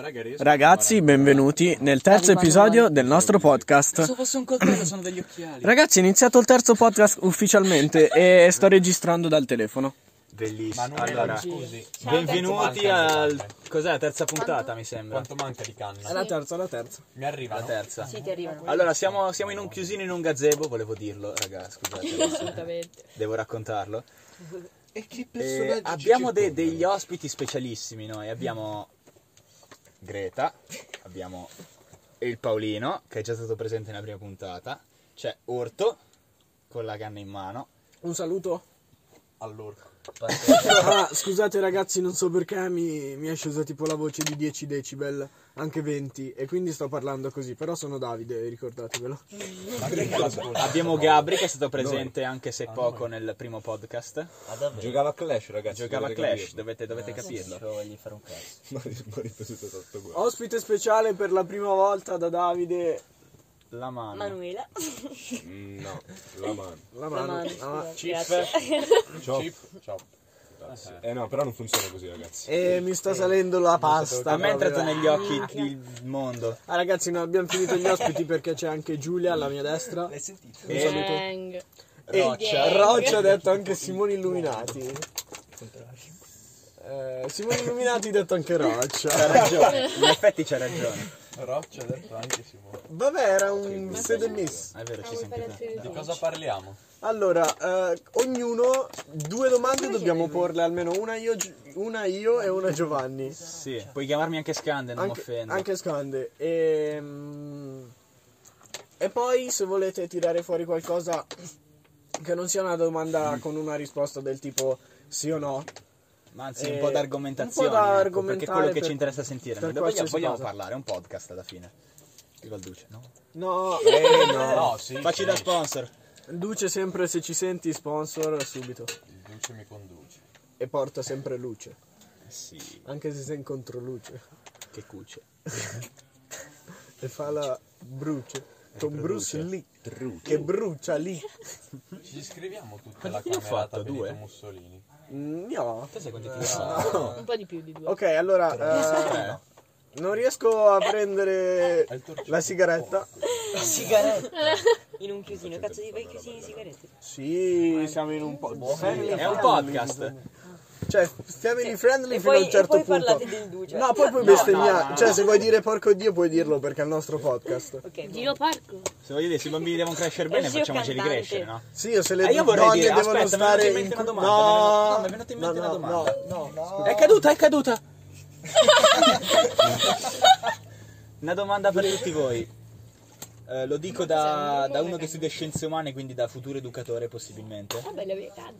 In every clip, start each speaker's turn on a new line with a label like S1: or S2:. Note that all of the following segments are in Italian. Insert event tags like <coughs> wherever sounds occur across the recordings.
S1: Ragazzi, benvenuti nel terzo episodio del nostro podcast.
S2: Se fosse un coltello sono degli occhiali.
S1: Ragazzi, è iniziato il terzo podcast ufficialmente e sto registrando dal telefono.
S3: Bellissimo.
S4: Allora,
S3: Allora,
S4: scusi.
S5: Ciao,
S4: benvenuti al... Cos'è la terza puntata, mi sembra?
S3: quanto manca di canna?
S1: La terza, la terza.
S3: Mi arriva
S4: La terza.
S5: Sì, ti arrivano.
S4: Allora, siamo, siamo in un chiusino in un gazebo, volevo dirlo, raga, scusate, adesso
S5: Assolutamente.
S4: devo raccontarlo.
S3: E che
S4: Eh, abbiamo de- degli ospiti specialissimi noi, abbiamo Greta, abbiamo il Paolino, che è già stato presente nella prima puntata, c'è Orto, con la canna in mano,
S1: <laughs>
S6: Un saluto.
S3: Allora,
S6: Ah, scusate ragazzi, non so perché mi, mi è scesa tipo la voce di 10 decibel, anche 20, e quindi sto parlando così. Però sono Davide, ricordatevelo.
S3: Ah,
S4: abbiamo Gabri, che è stato presente anche se poco nel primo podcast,
S7: Giocava a Clash, ragazzi.
S4: giocava a
S7: dovete
S4: Clash,
S7: capirlo.
S4: dovete, dovete capirlo.
S7: <laughs> Ma ho ripetuto tutto quello.
S6: Ospite speciale per la prima volta da Davide.
S4: La mano.
S5: Manuela.
S7: Mm, <laughs> No, la mano.
S6: La
S5: La
S6: mano.
S5: mano,
S6: la mano.
S5: scusa, grazie.
S7: Ciao. Eh no, però non funziona così, ragazzi.
S6: E mi sta salendo la pasta.
S4: A me è entrato
S6: proprio.
S4: negli occhi
S5: Ah,
S4: il
S5: <laughs>
S4: mondo.
S6: Ah ragazzi, non abbiamo finito gli ospiti perché c'è anche Giulia alla mia destra.
S4: E
S5: Gang.
S6: E
S4: Roccia.
S6: Roccia ha detto anche Simone Illuminati. Eh, Simone Illuminati ha detto anche Roccia.
S4: c'ha ragione, in effetti c'ha ragione.
S3: Roccia ha detto anche Simone.
S6: Vabbè, era un sede miss.
S4: È
S5: Ah,
S4: vero, ci senti te.
S3: Di cosa parliamo?
S6: Allora, eh, ognuno due domande dobbiamo porle, almeno una io, Gi- una io e una Giovanni.
S4: Sì, puoi chiamarmi anche Scande, non mi
S6: Anche,
S4: offendo.
S6: anche Scande. E, mm, e poi se volete tirare fuori qualcosa che non sia una domanda con una risposta del tipo sì o no,
S4: Ma anzi, un
S6: Eh,
S4: po' d'argomentazione.
S6: un po' da
S4: ecco,
S6: argomentare
S4: perché è quello che
S6: per-
S4: ci interessa sentire.
S6: per
S4: Noi vogliamo,
S6: qualsiasi
S4: vogliamo
S6: cosa.
S4: parlare, è un podcast alla fine. Il Valduce, no?
S6: Eh, no,
S7: Eh,
S3: no, sì.
S4: Facci da sponsor.
S6: Duce sempre se ci senti sponsor subito.
S3: Il Duce mi conduce.
S6: E porta sempre luce,
S4: Sì,
S6: anche se sei in controluce.
S4: che cuce.
S6: E fa la bruce. Con Bruce
S4: Bruce.
S6: lì. Che brucia lì.
S3: Ci scriviamo tutta la
S4: Quanti ne ho
S3: camerata
S4: fatto?
S3: Benito
S4: Due?
S3: Mussolini.
S7: Ah.
S6: Mm, No.
S4: Te sai quanti ti sono?
S5: Un po' di più di due.
S6: Ok, allora, eh,
S4: Eh,
S6: non riesco a prendere la sigaretta.
S5: In un chiusino. Cazzo di fai chiusini di sigarette.
S6: Sì, siamo in un podcast.
S4: È
S5: Eh,
S4: un podcast.
S6: Cioè, family friendly
S5: E
S6: fino a
S5: poi,
S6: un certo
S5: e poi
S6: punto.
S5: parlate del duce.
S6: No, poi puoi bestemmiare. cioè, se vuoi dire porco Dio, puoi dirlo perché è il nostro podcast.
S5: Ok, Gino Parco.
S4: Se voglio dire, se i bambini devono crescere bene,
S5: Eh sì, io
S4: facciamoceli
S5: cantante.
S4: crescere, no?
S6: Sì, o se le
S4: Eh, io vorrei
S6: donne
S4: dire,
S6: devono
S4: aspetta, mi è venuta
S6: stare.
S4: in mente
S6: in
S4: una
S6: cu- No,
S4: domanda, mi è venuta- no, mi è venuta in
S6: no,
S4: mente una domanda.
S6: No, no, no.
S4: È caduta, è caduta. <laughs> Una domanda per tutti voi. Eh, lo dico da, da uno che studia scienze umane, quindi da futuro educatore possibilmente.
S5: Ah, bella verità.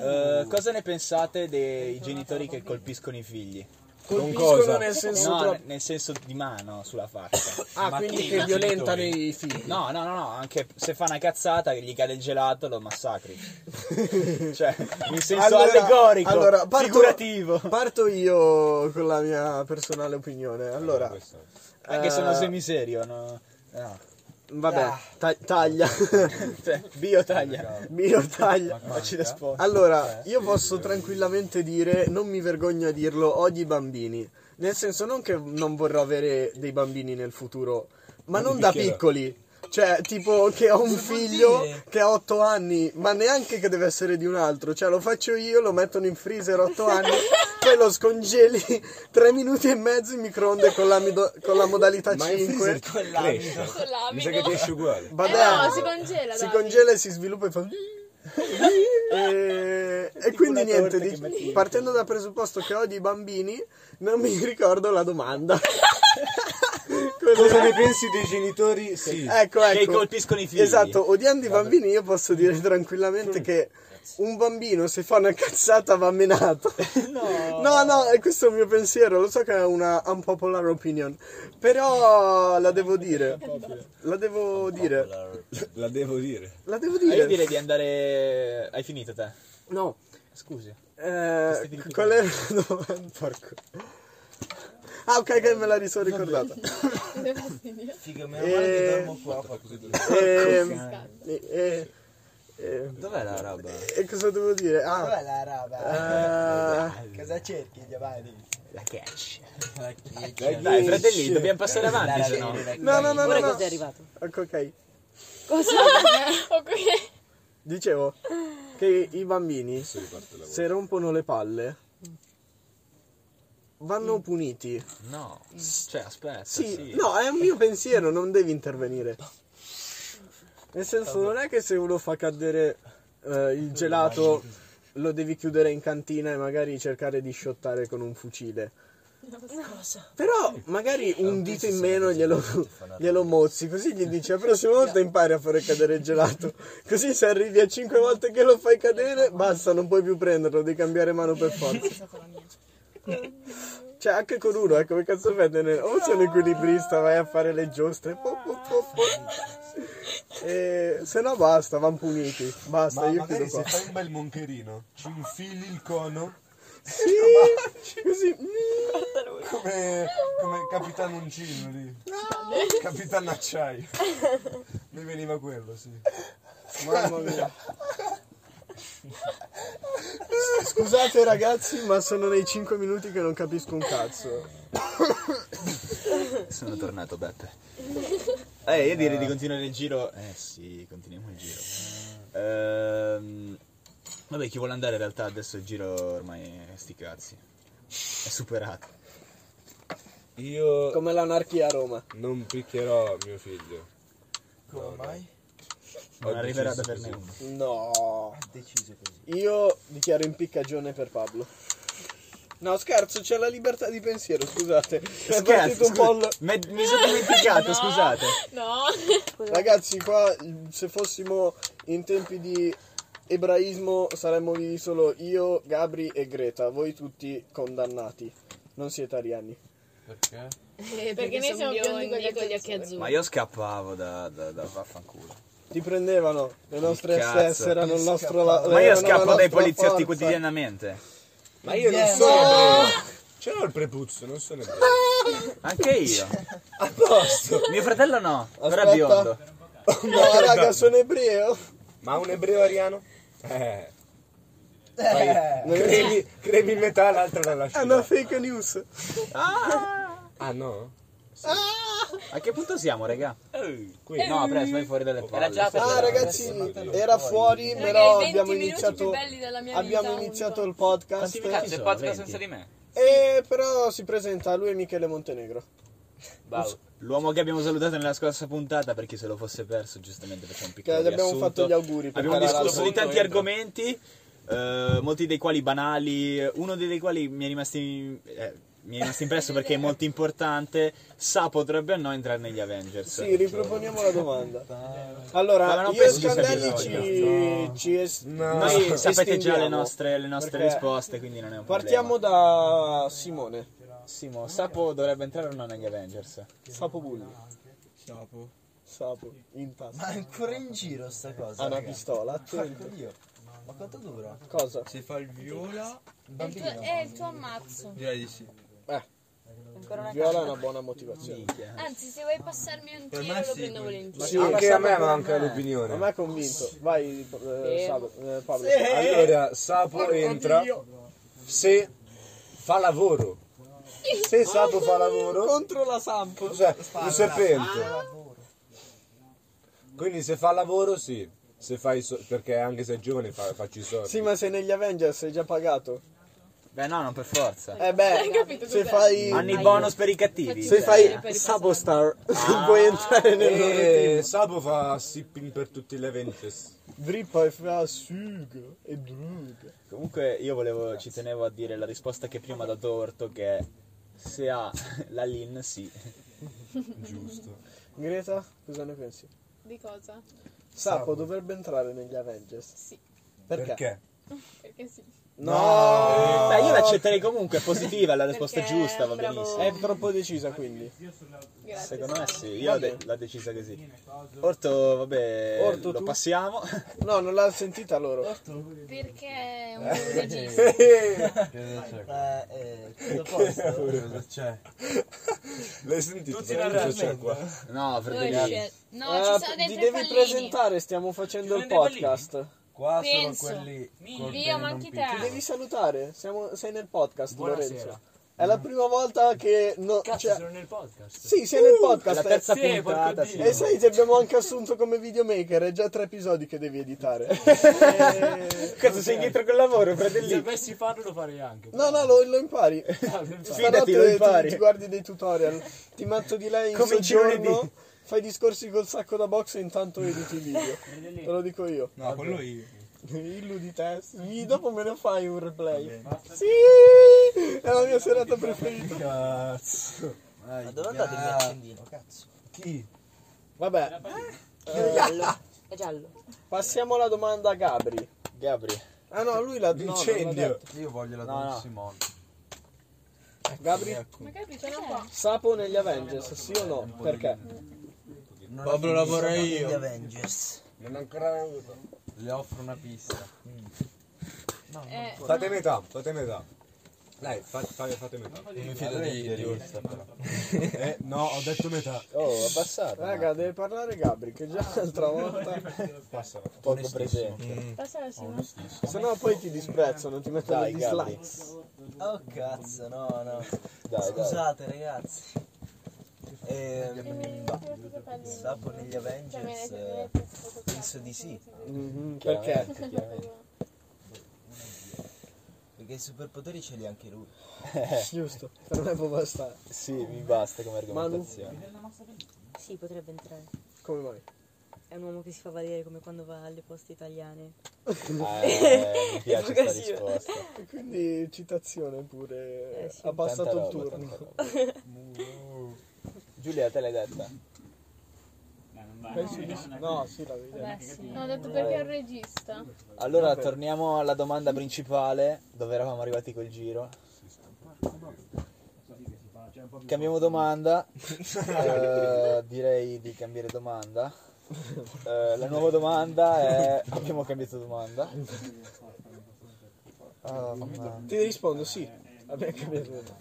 S4: Eh, cosa ne pensate dei genitori che colpiscono i figli?
S6: Colpiscono nel senso.
S4: No,
S6: troppo-
S4: ne- nel senso di mano sulla faccia.
S6: Ah,
S3: Ma
S6: quindi
S3: chi?
S6: che
S3: I
S6: violentano
S3: genitori?
S6: i figli.
S4: No, no, no, no, anche se fa una cazzata che gli cade il gelato lo <laughs> massacri. cioè, in senso allegorico,
S6: allora, parto-
S4: figurativo.
S6: Parto io con la mia personale opinione. Allora,
S7: Questo.
S4: Anche sono
S6: eh,
S4: semiserio, no? no.
S6: vabbè,
S5: Ah.
S6: ta- taglia.
S4: <laughs> Cioè, bio taglia.
S6: Mio taglia.
S4: Facci da sport.
S6: Allora, io posso tranquillamente dire, non mi vergogno a dirlo, odio i bambini. Nel senso non che non vorrò avere dei bambini nel futuro, ma non da piccoli. Cioè, tipo che ho un figlio che ha 8 anni, ma neanche che deve essere di un altro. Cioè, lo faccio io, lo mettono in freezer 8 anni, poi lo scongeli 3 minuti e mezzo in microonde con la, mido- con la modalità
S7: Ma in
S6: 5.
S7: freezer cresce. Mi sa che ti esce uguale.
S8: Eh
S6: Vabbè,
S5: no, si congela,
S6: Si
S5: dai.
S6: congela e si sviluppa e fa.
S4: <laughs>
S6: e, e quindi
S4: una
S6: niente,
S4: torta che
S6: dic-
S4: metti in-
S6: partendo dal presupposto che odio i bambini, non mi <laughs> ricordo la
S4: <laughs>
S6: domanda.
S7: Cosa
S6: Cosa-
S7: ne pensi dei genitori? Sì.
S6: ecco,
S4: Che
S6: ecco.
S4: colpiscono i figli.
S6: Esatto, odiando i bambini io posso dire tranquillamente che un bambino se fa una cazzata va
S4: <laughs>
S6: menato. No, no, e questo è un mio pensiero, lo so che è una unpopular opinion, però la devo dire. La devo dire.
S7: Eh, La devo dire.
S6: La devo
S4: Ah, io
S6: dire.
S4: direi di andare... Hai finito te?
S6: No.
S4: Scusi.
S6: Eh, qual era la domanda? Porco. Ah, ok, che me la sono ricordata.
S3: Figa, meno
S6: male che dormo
S3: qua.
S6: Ehm, E, e, e-
S4: Dov'è la roba?
S6: e cosa eh. devo dire? Ah,
S9: Quella roba.
S6: eh,
S9: Cosa cerchi, Giovanni?
S4: La catch. Dai, fratelli, dobbiamo passare avanti, se no.
S6: No, no, no, no.
S5: Ora
S6: no.
S5: cos'è arrivato?
S9: Eh,
S6: Ecco, ok. <laughs>
S9: ok.
S6: Dicevo che i bambini, se rompono le palle, vanno puniti.
S4: No, cioè, aspetta.
S6: Sì,
S4: Sì,
S6: no, è un mio pensiero, non devi intervenire. Nel senso, non è che se uno fa cadere eh, il gelato lo devi chiudere in cantina e magari cercare di sciottare con un fucile. Però magari un dito in meno glielo, glielo mozzi, così gli dici la prossima volta impari a fare cadere il gelato. Così se arrivi a 5 volte che lo fai cadere, basta, non puoi più prenderlo, devi cambiare mano per forza. Cioè anche con uno, ecco, che cazzo fai? te ne- O sei un equilibrista, vai a fare le giostre. po, po, po, po. E se no basta, van puniti. Basta,
S7: Ma
S6: io chiudo
S7: magari
S6: qua.
S7: se fai un bel moncherino, ci infili il cono
S6: Sì, così. mm.
S7: come, come Capitan Uncino lì. Capitan Acciaio. Mi veniva quello, sì.
S6: Mamma mia. Scusate ragazzi, ma sono nei 5 minuti che non capisco un cazzo.
S4: Sono tornato, Beppe. Eh, io direi di continuare il giro. Eh sì, continuiamo il giro. Ehm, vabbè, chi vuole andare in realtà adesso il giro ormai è sti cazzi. È superato. Eh.
S7: Io
S6: Come l'anarchia a Roma.
S7: non picchierò mio figlio.
S3: Come mai?
S4: Non
S7: Ho
S4: arriverà da
S7: deciso
S4: per me
S7: così.
S4: uno.
S6: No.
S3: Deciso così.
S6: Io dichiaro impiccagione per Pablo. No, scherzo, c'è la libertà di pensiero, scusate. È partito
S4: Scherzo,
S6: un po'
S4: scusa, me- mi sono <laughs> dimenticato, scusate.
S9: No.
S6: il- Ragazzi, qua se fossimo in tempi di ebraismo saremmo vivi solo io, Gabri e Greta, voi tutti condannati. Non siete ariani.
S3: Perché?
S9: Perché, noi siamo biondi con gli occhi, azzurri.
S4: Ma io scappavo da, da, da vaffanculo.
S6: Ti prendevano le nostre
S4: Cazzo.
S6: SS, erano il nostro la-
S4: Ma io
S6: erano la
S4: scappo dai
S6: nostra
S4: poliziotti
S6: forza.
S4: quotidianamente.
S7: Ma io non sono ebreo. Ce l'ho il prepuzzo, non sono ebreo.
S4: Anche io. A posto. Mio fratello no, però
S6: Aspetta.
S4: è biondo.
S6: No, raga, sono ebreo.
S7: Ma un ebreo ariano? Eh. Vai. Cremi, cremi in metà, l'altro la
S6: È
S7: lascio.
S6: una fake news.
S7: Ah no?
S4: A che punto siamo, raga?
S7: Qui.
S4: No, presto, vai fuori dalle palle.
S2: Era già per
S6: Ah, ragazzi, era fuori,
S9: Raga,
S6: però
S9: i 20
S6: abbiamo
S9: minuti
S6: iniziato
S9: più belli della mia
S6: abbiamo
S9: vita,
S6: iniziato
S9: unico.
S6: il podcast.
S4: Quanti minuti
S2: Cazzo, è
S4: sono?
S2: podcast
S4: 20?
S2: senza di me.
S6: E però si presenta lui e Michele Montenegro.
S2: Bravo.
S4: L'uomo che abbiamo salutato nella scorsa puntata, per chi se lo fosse perso, giustamente facciamo un
S6: Che
S4: piccolo
S6: gli abbiamo
S4: riassunto.
S6: fatto gli auguri. per
S4: Abbiamo
S6: fare la-
S4: discusso di tanti
S2: Entro.
S4: argomenti, eh, molti dei quali banali, uno dei quali mi è rimasto, in- eh, mi è rimasto impresso perché è molto importante. Sa potrebbe o no entrare negli Avengers?
S6: Sì, riproponiamo la domanda.
S4: Ma
S6: Allora,
S4: non
S6: io e
S4: penso che
S6: Scandelli
S4: sia
S6: ci, ci es-
S4: Noi
S6: <laughs> ci
S4: sapete già
S6: estinguiamo,
S4: le nostre, le nostre
S6: perché
S4: risposte, quindi non è un
S6: Partiamo
S4: problema.
S6: da Simone,
S4: Simo, Sapo dovrebbe entrare o no negli Avengers?
S6: Sapo Bulli. Sapo, in
S10: Ma
S6: tasca.
S10: è ancora in giro sta cosa.
S6: Ha una
S10: raga.
S6: pistola,
S10: Porco
S6: attento.
S10: Dio. Ma quanto dura?
S6: Cosa?
S3: Se fa il viola,
S9: È il, tuo, è il tuo ammazzo.
S3: direi di sì.
S5: Ancora una
S6: Eh. Viola è una buona motivazione.
S9: Anzi, se vuoi passarmi un tiro lo prendo volentieri.
S6: Sì,
S7: Anche a me manca l'opinione.
S6: a me ha convinto. Vai, eh, Sabo- eh, Pablo.
S7: Allora, Sapo entra se fa lavoro. Se Sapo fa lavoro,
S6: Contro la Samp.
S7: cioè, un serpente. Quindi se fa lavoro, sì. Se fai so- perché anche se è giovane fa- facci i soldi.
S6: Sì, ma sei negli Avengers, sei già pagato.
S4: Beh, no, non per forza.
S9: <laughs>
S6: Eh beh, se fai...
S4: Hanno i bonus per i cattivi.
S6: Se fai Sabostar, <laughs> puoi entrare nel loro
S3: Eh.
S6: team.
S7: E Sapo fa sipping per tutti gli Avengers.
S6: Drippa e fa sugo e druga.
S4: Comunque io volevo, ci tenevo a dire la risposta che prima ha dato Orto che è, se ha <laughs> la Lin sì.
S6: Greta, cosa ne pensi?
S9: Di cosa?
S6: Sapo dovrebbe entrare negli Avengers.
S9: Sì.
S6: Perché?
S7: Perché?
S9: Perché sì.
S6: No!
S4: Beh, io l'accetterei comunque, è positiva, è la risposta
S9: Perché
S4: giusta,
S9: è
S4: va
S9: un bravo-
S4: benissimo. Eh,
S6: È troppo decisa quindi.
S9: Grazie.
S4: Secondo me sì, io l'ho de- l'ho decisa così. Orto, vabbè,
S6: Orto,
S4: lo
S6: tu?
S4: passiamo.
S6: No, non l'ha sentita loro.
S9: Perché
S4: <laughs>
S9: è un regista.
S10: Eh, eh, tutto a posto.
S3: Cosa c'è?
S7: L'hai sentito? Perché cosa c'è qua?
S4: No,
S9: Dove
S4: fratelli.
S9: c'è? No,
S4: Ah,
S9: ci sono
S6: Eh, ti
S9: dentro i
S6: devi
S9: pallini.
S6: presentare, stiamo facendo il podcast.
S3: Qua
S9: Penso.
S3: sono quelli. col
S9: Io,
S3: pene
S9: ma
S3: non
S9: anche
S3: picchio.
S9: te.
S6: Devi salutare, siamo- sei nel podcast, Lorenzo. È la prima volta che. No,
S2: Cazzo,
S6: cioè-
S2: sono nel podcast.
S6: Sì, sei nel podcast.
S4: La terza
S2: Sì, porco
S4: puntata, sì.
S2: Dio.
S6: E sai, ti abbiamo anche assunto come videomaker. È già tre episodi che devi editare.
S4: Cazzo, sei dietro col lavoro,
S2: Se
S4: fratellino.
S2: avessi farlo lo farei anche.
S6: No, no, lo, lo impari.
S2: Ah, mi fa-
S4: Fidati, lo
S6: Stanotte
S4: impari.
S6: Ti, ti guardi dei tutorial. Ti metto di lei in
S4: Come in
S6: soggiorno.
S4: lunedì.
S6: Fai discorsi col sacco da box e intanto editi il video. Te lo dico io.
S3: No, quello io.
S6: Illu di test. Mi- Dopo me ne fai un replay. Sì! È la mia serata preferita.
S3: Cazzo.
S10: Ma dove andate il mio accendino? Cazzo.
S3: Chi?
S6: Vabbè,
S10: È giallo.
S6: passiamo alla domanda a Gabri.
S4: Gabri.
S6: Ah no, lui l'ha no, non l'ha
S7: Incendio.
S6: detto.
S3: Io voglio la
S4: No,
S3: Don
S4: no.
S3: Simone.
S6: Gabri,
S9: Magari ce l'ho qua.
S6: Sapo negli Avengers, sì o no? Perché?
S3: Non ho
S7: Pablo
S3: finito.
S7: lavora
S10: Gli
S7: io.
S10: Avengers.
S7: Non ho ancora venuto.
S3: Le offro una pista.
S9: Eh,
S7: Fate metà, fate metà. Dai, fa- fa- fate metà.
S3: Mi fido di, di Ursa però.
S7: <laughs> Eh, no, ho detto metà.
S4: Oh, abbassato.
S6: Raga, deve parlare Gabri, che già <laughs> l'altra volta.
S4: Poco presente.
S9: passa la Simone.
S6: Se no poi ti disprezzano, ti mettono
S4: Dai,
S6: i
S4: Gabri.
S6: dislikes.
S10: Oh cazzo, no, no.
S4: Dai, dai.
S10: Scusate ragazzi.
S9: E mi
S10: Ehm,
S9: ricordo che parli-
S10: Sapo negli
S9: Cioè, me ne
S10: Avengers. eh,
S9: sento tutto qua.
S10: penso di sì.
S4: Mm-hmm,
S6: Mhm, perché?
S4: Chiaramente, chiaramente.
S10: Perché i superpoteri ce li ha anche lui.
S6: <laughs> Giusto, per me può bastare.
S4: Sì, mi basta come
S6: Manu.
S4: argomentazione.
S8: Sì, potrebbe entrare.
S6: Come mai?
S8: È un uomo che si fa valere come quando va alle poste italiane.
S6: <laughs>
S4: Eh, mi piace questa
S8: Ipocrisia.
S4: risposta.
S6: E quindi citazione pure.
S8: Eh, sì.
S6: Ha passato
S4: Tanta
S6: il
S4: roba,
S6: turno.
S4: tanta roba. <laughs> Giulia, te l'hai detta?
S6: Penso di sì. No, sì, l'avevi detto.
S9: Vabbè, sì. No, ho detto perché è un regista.
S4: Allora, torniamo alla domanda principale, dove eravamo arrivati col giro. Cambiamo domanda,
S6: <laughs>
S4: Eh, direi di cambiare domanda. Eh, la nuova domanda è... Abbiamo cambiato domanda. Ah, ma-
S6: Ti rispondo sì. Abbiamo cambiato.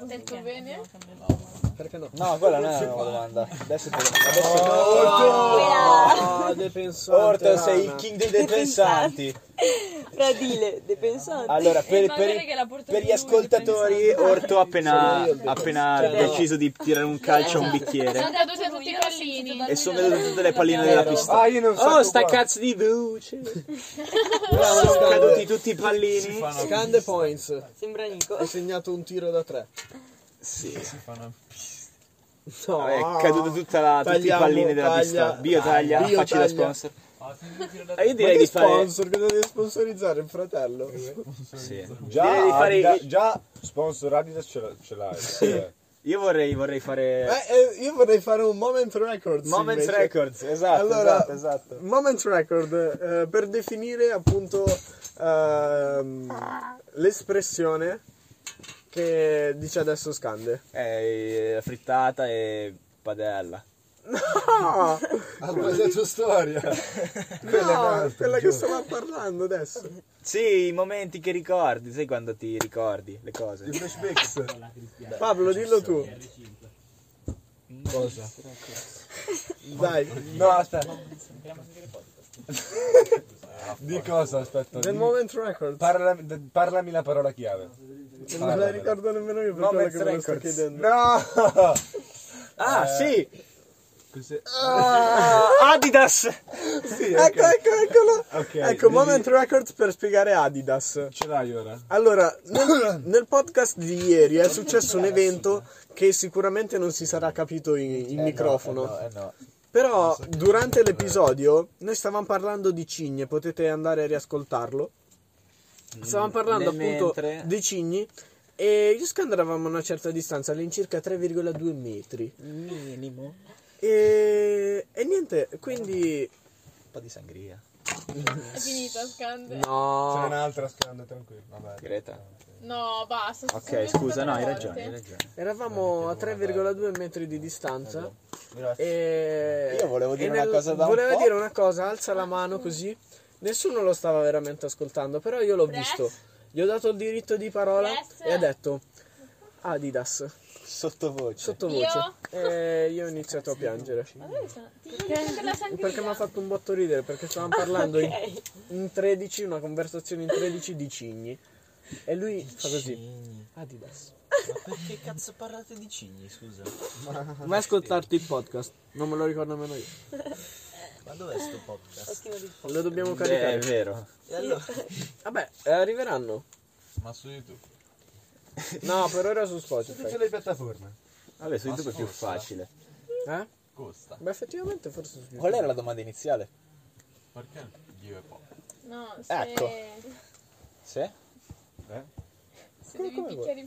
S9: Ho detto bene.
S6: Perché no?
S4: No, quella non è la nuova domanda. Adesso te adesso-
S6: Oh, de pensante,
S4: Orton, sei
S6: Anna.
S4: il king dei depensanti.
S8: Fradile, depensante.
S4: Allora, per,
S9: Ma
S4: per i-
S9: guarda che l'ha portato
S4: per gli
S9: lui,
S4: ascoltatori, Orto ha appena,
S6: Sono io il depenso-
S4: appena
S6: cioè, no.
S4: deciso di tirare un calcio a un bicchiere
S9: Sono cadute tutti i pallini.
S4: e sono cadute tutte le palline della pista.
S7: Ah, io non so.
S4: Oh, sta cazzo
S6: <laughs>
S4: di voce! Sono caduti tutti i pallini.
S6: Scande points. Ha
S8: Sembra Nico.
S6: segnato un tiro da tre.
S4: Sì,
S6: No,
S4: è Eh, caduta tutta la, tutti i
S6: Ah. Tagliamo,
S4: pallini della
S6: taglia,
S4: pista. Bio taglia,
S6: Bio
S4: facci da
S6: taglia.
S4: sponsor. E io
S6: Ma
S4: direi
S6: che
S4: di fare.
S6: sponsor che deve sponsorizzare il fratello?
S4: Sì.
S7: Già,
S4: Direi di fare-
S7: Adidas- già sponsor Adidas ce, l'ha- ce l'hai. <laughs> Eh,
S4: Io vorrei, vorrei fare.
S6: Eh, eh, io vorrei fare un Moment Records.
S4: Moments
S6: invece.
S4: Records, esatto,
S6: Allora,
S4: esatto, esatto.
S6: Moment Record eh, per definire appunto ehm, l'espressione che dice adesso Scande.
S4: Eh, la frittata e padella.
S6: Ah,
S7: Ha sbagliato storia.
S6: no, quella che stava parlando adesso.
S4: Sì, i momenti che ricordi, sai quando ti ricordi le cose.
S7: Flashbacks.
S6: Pablo, dillo tu.
S7: Cosa?
S6: Dai,
S7: No, aspetta. Di cosa? Aspetta.
S6: del
S7: di-
S6: Moment Record.
S7: parla- de- parlami la parola chiave.
S6: Non la ricordo nemmeno io per quello
S4: Moment
S6: che me lo sto
S4: Records.
S6: chiedendo.
S7: No!
S4: Ah,
S6: Eh.
S4: sì!
S7: Cos'è?
S4: Ah, Adidas!
S6: Ecco, ecco, eccolo.
S7: Ok,
S6: Ecco,
S7: devi-
S6: Moment Records per spiegare Adidas.
S7: Ce l'hai ora?
S6: Allora, nel, nel podcast di ieri è successo un evento che sicuramente non si sarà capito in, in microfono.
S4: Eh no.
S6: Però durante l'episodio noi stavamo parlando di cigne, potete andare a riascoltarlo. Stavamo parlando
S4: nel
S6: appunto
S4: mentre-
S6: di cigni e io e Scandalo eravamo a una certa distanza, all'incirca 3,2 metri.
S4: Minimo.
S6: E, e niente, quindi...
S4: Un po' di sangria.
S9: È finita, scande.
S7: C'è
S6: No,
S7: un'altra scanda, tranquillo. Vabbè.
S4: Greta.
S9: No, basta. sto
S4: Ok,
S9: sentendo
S4: scusa, no, hai
S9: tante
S4: ragione, hai
S9: volte.
S4: ragione.
S6: eravamo a 3,2 metri di distanza.
S10: Grazie.
S6: E...
S4: Eh, Io volevo dire
S6: e
S4: una cosa da un
S6: Voleva
S4: po'.
S6: dire una cosa, alza la mano così. Nessuno lo stava veramente ascoltando, però io l'ho
S9: Press.
S6: visto. Gli ho dato il diritto di parola
S9: Press.
S6: e ha detto Adidas,
S4: Sottovoce.
S6: sottovoce. E io ho iniziato a piangere.
S9: Ma dove sono? Ti voglio per la sangria.
S6: Perché mi ha fatto un botto ridere, perché stavamo parlando in, in 13, una conversazione in 13 di cigni.
S1: E lui fa così. Adidas.
S10: Ma perché cazzo parlate di cigni, scusa?
S1: Vai a ascoltarti il podcast. Non me lo ricordo nemmeno io.
S10: Ma dov'è sto podcast?
S1: Lo dobbiamo
S4: Beh, è
S1: caricare.
S4: vero.
S10: E allora?
S1: Vabbè, eh, arriveranno.
S3: Ma su YouTube.
S1: <laughs> No, per ora su Spotify.
S7: Tutte le piattaforme.
S4: Vabbè, su YouTube è più facile.
S1: Eh?
S3: Costa.
S1: Beh, effettivamente forse su
S4: Qual era la domanda iniziale?
S3: Perché Dio è poco?
S9: No, se,
S4: Ecco. Sì?
S9: se devi picchiare i bambini.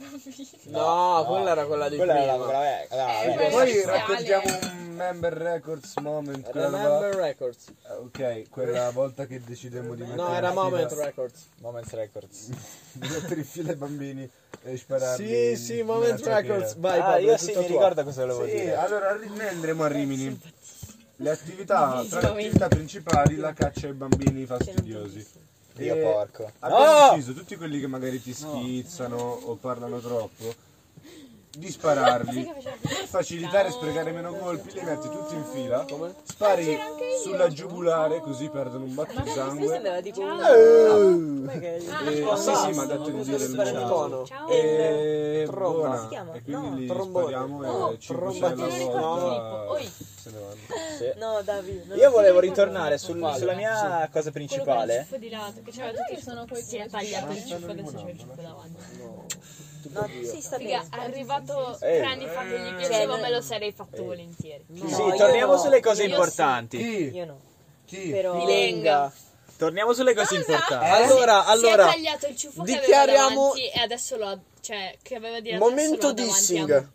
S1: No, quella era quella di
S4: Quella era la
S1: prima.
S4: vabbè, vabbè,
S9: Eh,
S4: vabbè.
S9: quello
S7: Poi
S9: iniziale.
S7: raccontiamo un member records moment. quella
S1: Remember Records.
S7: vo- Eh, Ok, <laughs> quella volta che decidemmo di mettere
S1: No, era
S7: in fila-
S1: Moment Records.
S4: Moments Records.
S7: <laughs> di mettere in fila i bambini e spararli.
S1: Sì,
S7: in-
S1: sì, Moment
S7: nella tachiera.
S1: Records. Vai,
S4: ah,
S1: Pablo,
S4: io
S1: è
S4: sì,
S1: tutto
S4: mi
S1: tuo.
S4: ricordo cosa volevo
S7: Sì,
S4: dire.
S7: allora riandremo a Rimini. Le attività, tra le attività principali, la caccia ai bambini fastidiosi.
S4: Dio
S7: E
S4: porco.
S7: Abbiamo
S4: No!
S7: deciso, tutti quelli che magari ti schizzano o parlano troppo, di spararli. Per facilitare e sprecare meno colpi, li metti tutti in fila, spari sulla giugulare così perdono un botto di sangue.
S8: Andava tipo
S7: E, Eh, sì, sì, mi ha detto di dire il
S6: Fare il
S7: nome.
S6: cono.
S7: E
S6: Tromba.
S7: buona.
S8: Si chiama?
S7: E quindi
S8: No,
S7: li
S6: trombone.
S7: spariamo e ci
S6: trombone.
S7: alla volta se ne vanno.
S8: No, Davi. non-
S4: Io volevo ritornare sul- sulla mia cosa principale.
S9: Ciuffo di lato, che c'era tutti sono coi si è
S7: Ma
S9: tagliato.
S7: stanno limonando,
S8: No, sì, sta
S11: Figa,
S8: bene.
S11: è arrivato
S6: Eh,
S4: Ehi.
S11: tre anni fa che gli piaceva, me lo sarei fatto volentieri.
S4: sì,
S8: io
S4: torniamo
S8: no.
S4: sulle cose
S11: Io
S4: importanti.
S7: Chi?
S8: Io no.
S7: Chi? Eh,
S8: Però
S11: Lenga.
S4: Torniamo sulle cose importanti.
S6: Allora,
S11: si
S6: allora,
S11: è tagliato il ciuffo che aveva
S6: dichiariamo-
S11: davanti e adesso lo ha, cioè, che aveva di
S6: momento
S11: adesso lo ha davanti a
S6: dissing.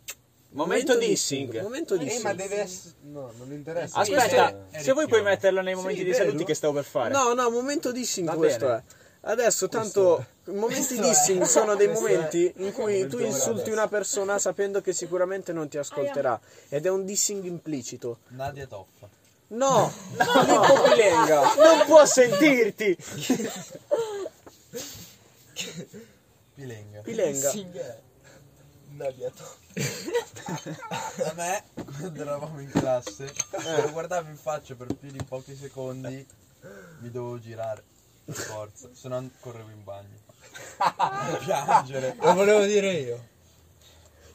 S4: Momento dissing.
S6: Momento
S7: Eh,
S6: dissing.
S7: ma deve essere. No, non interessa.
S4: Aspetta, se vuoi puoi metterlo nei momenti
S6: Sì,
S4: di
S6: vero.
S4: saluti che stavo per fare.
S6: No, no, momento dissing
S4: Va
S6: questo
S4: bene.
S6: è. Adesso tanto i momenti dissing sono dei momenti in cui tu insulti una persona sapendo che sicuramente non ti ascolterà ed è un dissing implicito.
S3: Nadia Toffa.
S6: No, Filippo Pilenga.
S4: Non può sentirti!
S3: Pilenga.
S6: Pilenga.
S3: Nadia Toffa. A me, quando eravamo in classe, se lo guardavo in faccia per più di pochi secondi, mi dovevo girare. Per forza, se no correvo in bagno. A piangere. Lo volevo dire io.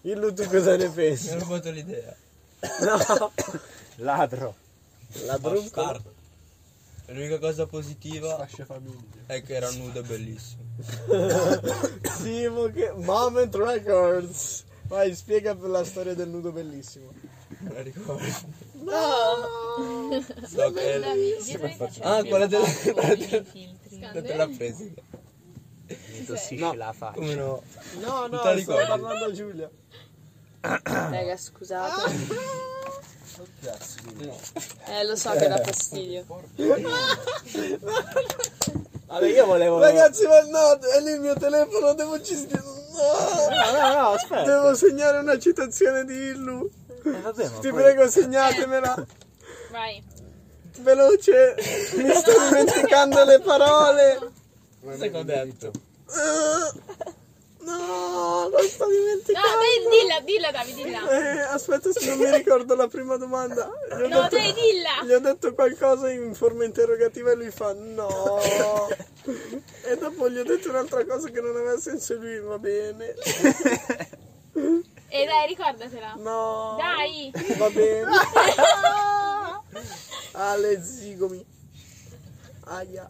S6: Dillo tu cosa ne pensi.
S3: ho rubato l'idea. <coughs>
S6: No.
S4: Ladro.
S6: La drunca.
S3: L'unica cosa positiva è che era nudo e bellissimo.
S6: Simo che... Moment Records. Vai, spiega per la storia del nudo bellissimo.
S3: Non la ricordo.
S11: Ah,
S3: quella della-
S11: della...
S3: te l'ha presa.
S4: No. La fa.
S3: Come no?
S6: No, no,
S3: te la
S6: sto
S3: ricordi?
S6: parlando a Giulia.
S11: Ah.
S6: <laughs>
S11: Raga, scusate. Eh, lo so che dà fastidio.
S4: Allora io volevo...
S6: Ragazzi, ma no, è lì il mio telefono, devo ci... No.
S4: No, no, no,
S11: Eh,
S4: aspetta.
S11: certo.
S6: Devo segnare una citazione di Illu.
S4: Eh, vabbè, ma
S6: Ti
S4: poi-
S6: prego, segnatemela.
S11: <laughs> Vai.
S6: Veloce. Mi
S11: <laughs>
S6: sto dimenticando le parole.
S3: Sai cosa ho detto?
S6: Ah, No, lo sto
S11: No,
S6: dimenticando.
S11: dai, dilla, dilla, Davi, dilla.
S6: Eh, aspetta, se non mi ricordo la prima domanda. Gli ho,
S11: No,
S6: detto,
S11: dai, dilla.
S9: <laughs>
S6: gli ho detto qualcosa in forma interrogativa e lui fa
S11: <laughs>
S6: no. e dopo gli ho detto un'altra cosa che non aveva senso e lui va bene.
S9: Eh,
S11: E dai, ricordatela.
S6: No.
S11: Dai.
S6: Va bene. Ale zigomi. Aia.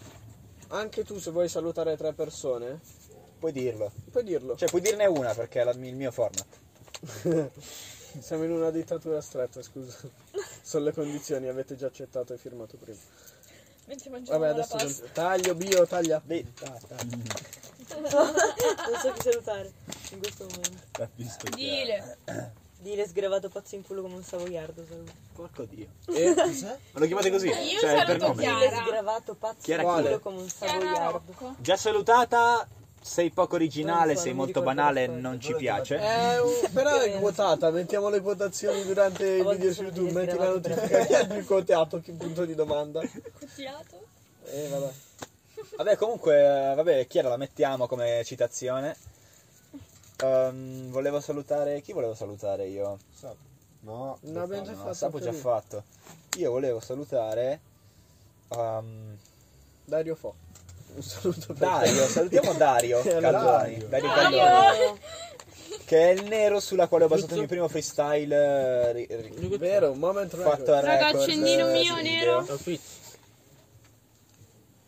S6: Anche tu se vuoi salutare tre persone,
S4: Puoi dirlo.
S6: puoi dirlo.
S4: Cioè, puoi dirne una perché è la- il mio format.
S6: Siamo in una dittatura stretta,
S11: <laughs>
S6: scusa. Sono le condizioni, avete già accettato e firmato prima.
S11: Mentre
S6: Vabbè,
S11: mangiamo la
S6: adesso
S11: pasta.
S6: taglio bio, taglia.
S4: Dei-
S8: non so chi salutare in questo momento.
S11: Dile.
S8: Dire sgravato pazzo in culo come un savoiardo. Saluto.
S4: Porco dio.
S6: E
S4: Ma lo chiamate così?
S11: Io
S4: cioè, per
S11: saluto
S4: nome.
S8: Dire
S11: Chiara.
S8: sgravato pazzo
S4: Chiara
S8: in
S4: chi?
S8: culo come un
S11: Chiara
S8: savoiardo.
S11: Rocco.
S4: Già salutata sei poco originale,
S6: Non so,
S4: sei
S6: non mi
S4: molto
S6: ricordo
S4: banale, non ci piace.
S6: Eh, oh, però è quotata, mettiamo le quotazioni durante i video su YouTube, metti la <laughs> notifica più quotato, più punto di domanda.
S11: Cucciato?
S6: Eh, vabbè.
S4: Vabbè, comunque, vabbè, Chiara la mettiamo come citazione. Ehm, volevo salutare. Chi volevo salutare io?
S7: No,
S6: No, abbiamo già fatto
S4: Sapo
S6: anche
S4: già
S6: lui.
S4: fatto. Io volevo salutare. ehm,
S6: Dario Fo. Un saluto per
S4: Dario, salutiamo Dario
S6: Eh,
S4: Caldoni.
S6: Dario.
S4: Dario
S6: Dario!
S4: Caldoni. Che è il nero sulla quale ho basato il mio
S6: Giusto.
S4: primo freestyle. eh, ri- ri-
S6: te. Vero, moment record.
S4: fatto a
S11: Raga,
S4: record,
S11: accendino
S4: eh,
S11: mio
S4: sul
S11: nero.
S4: video.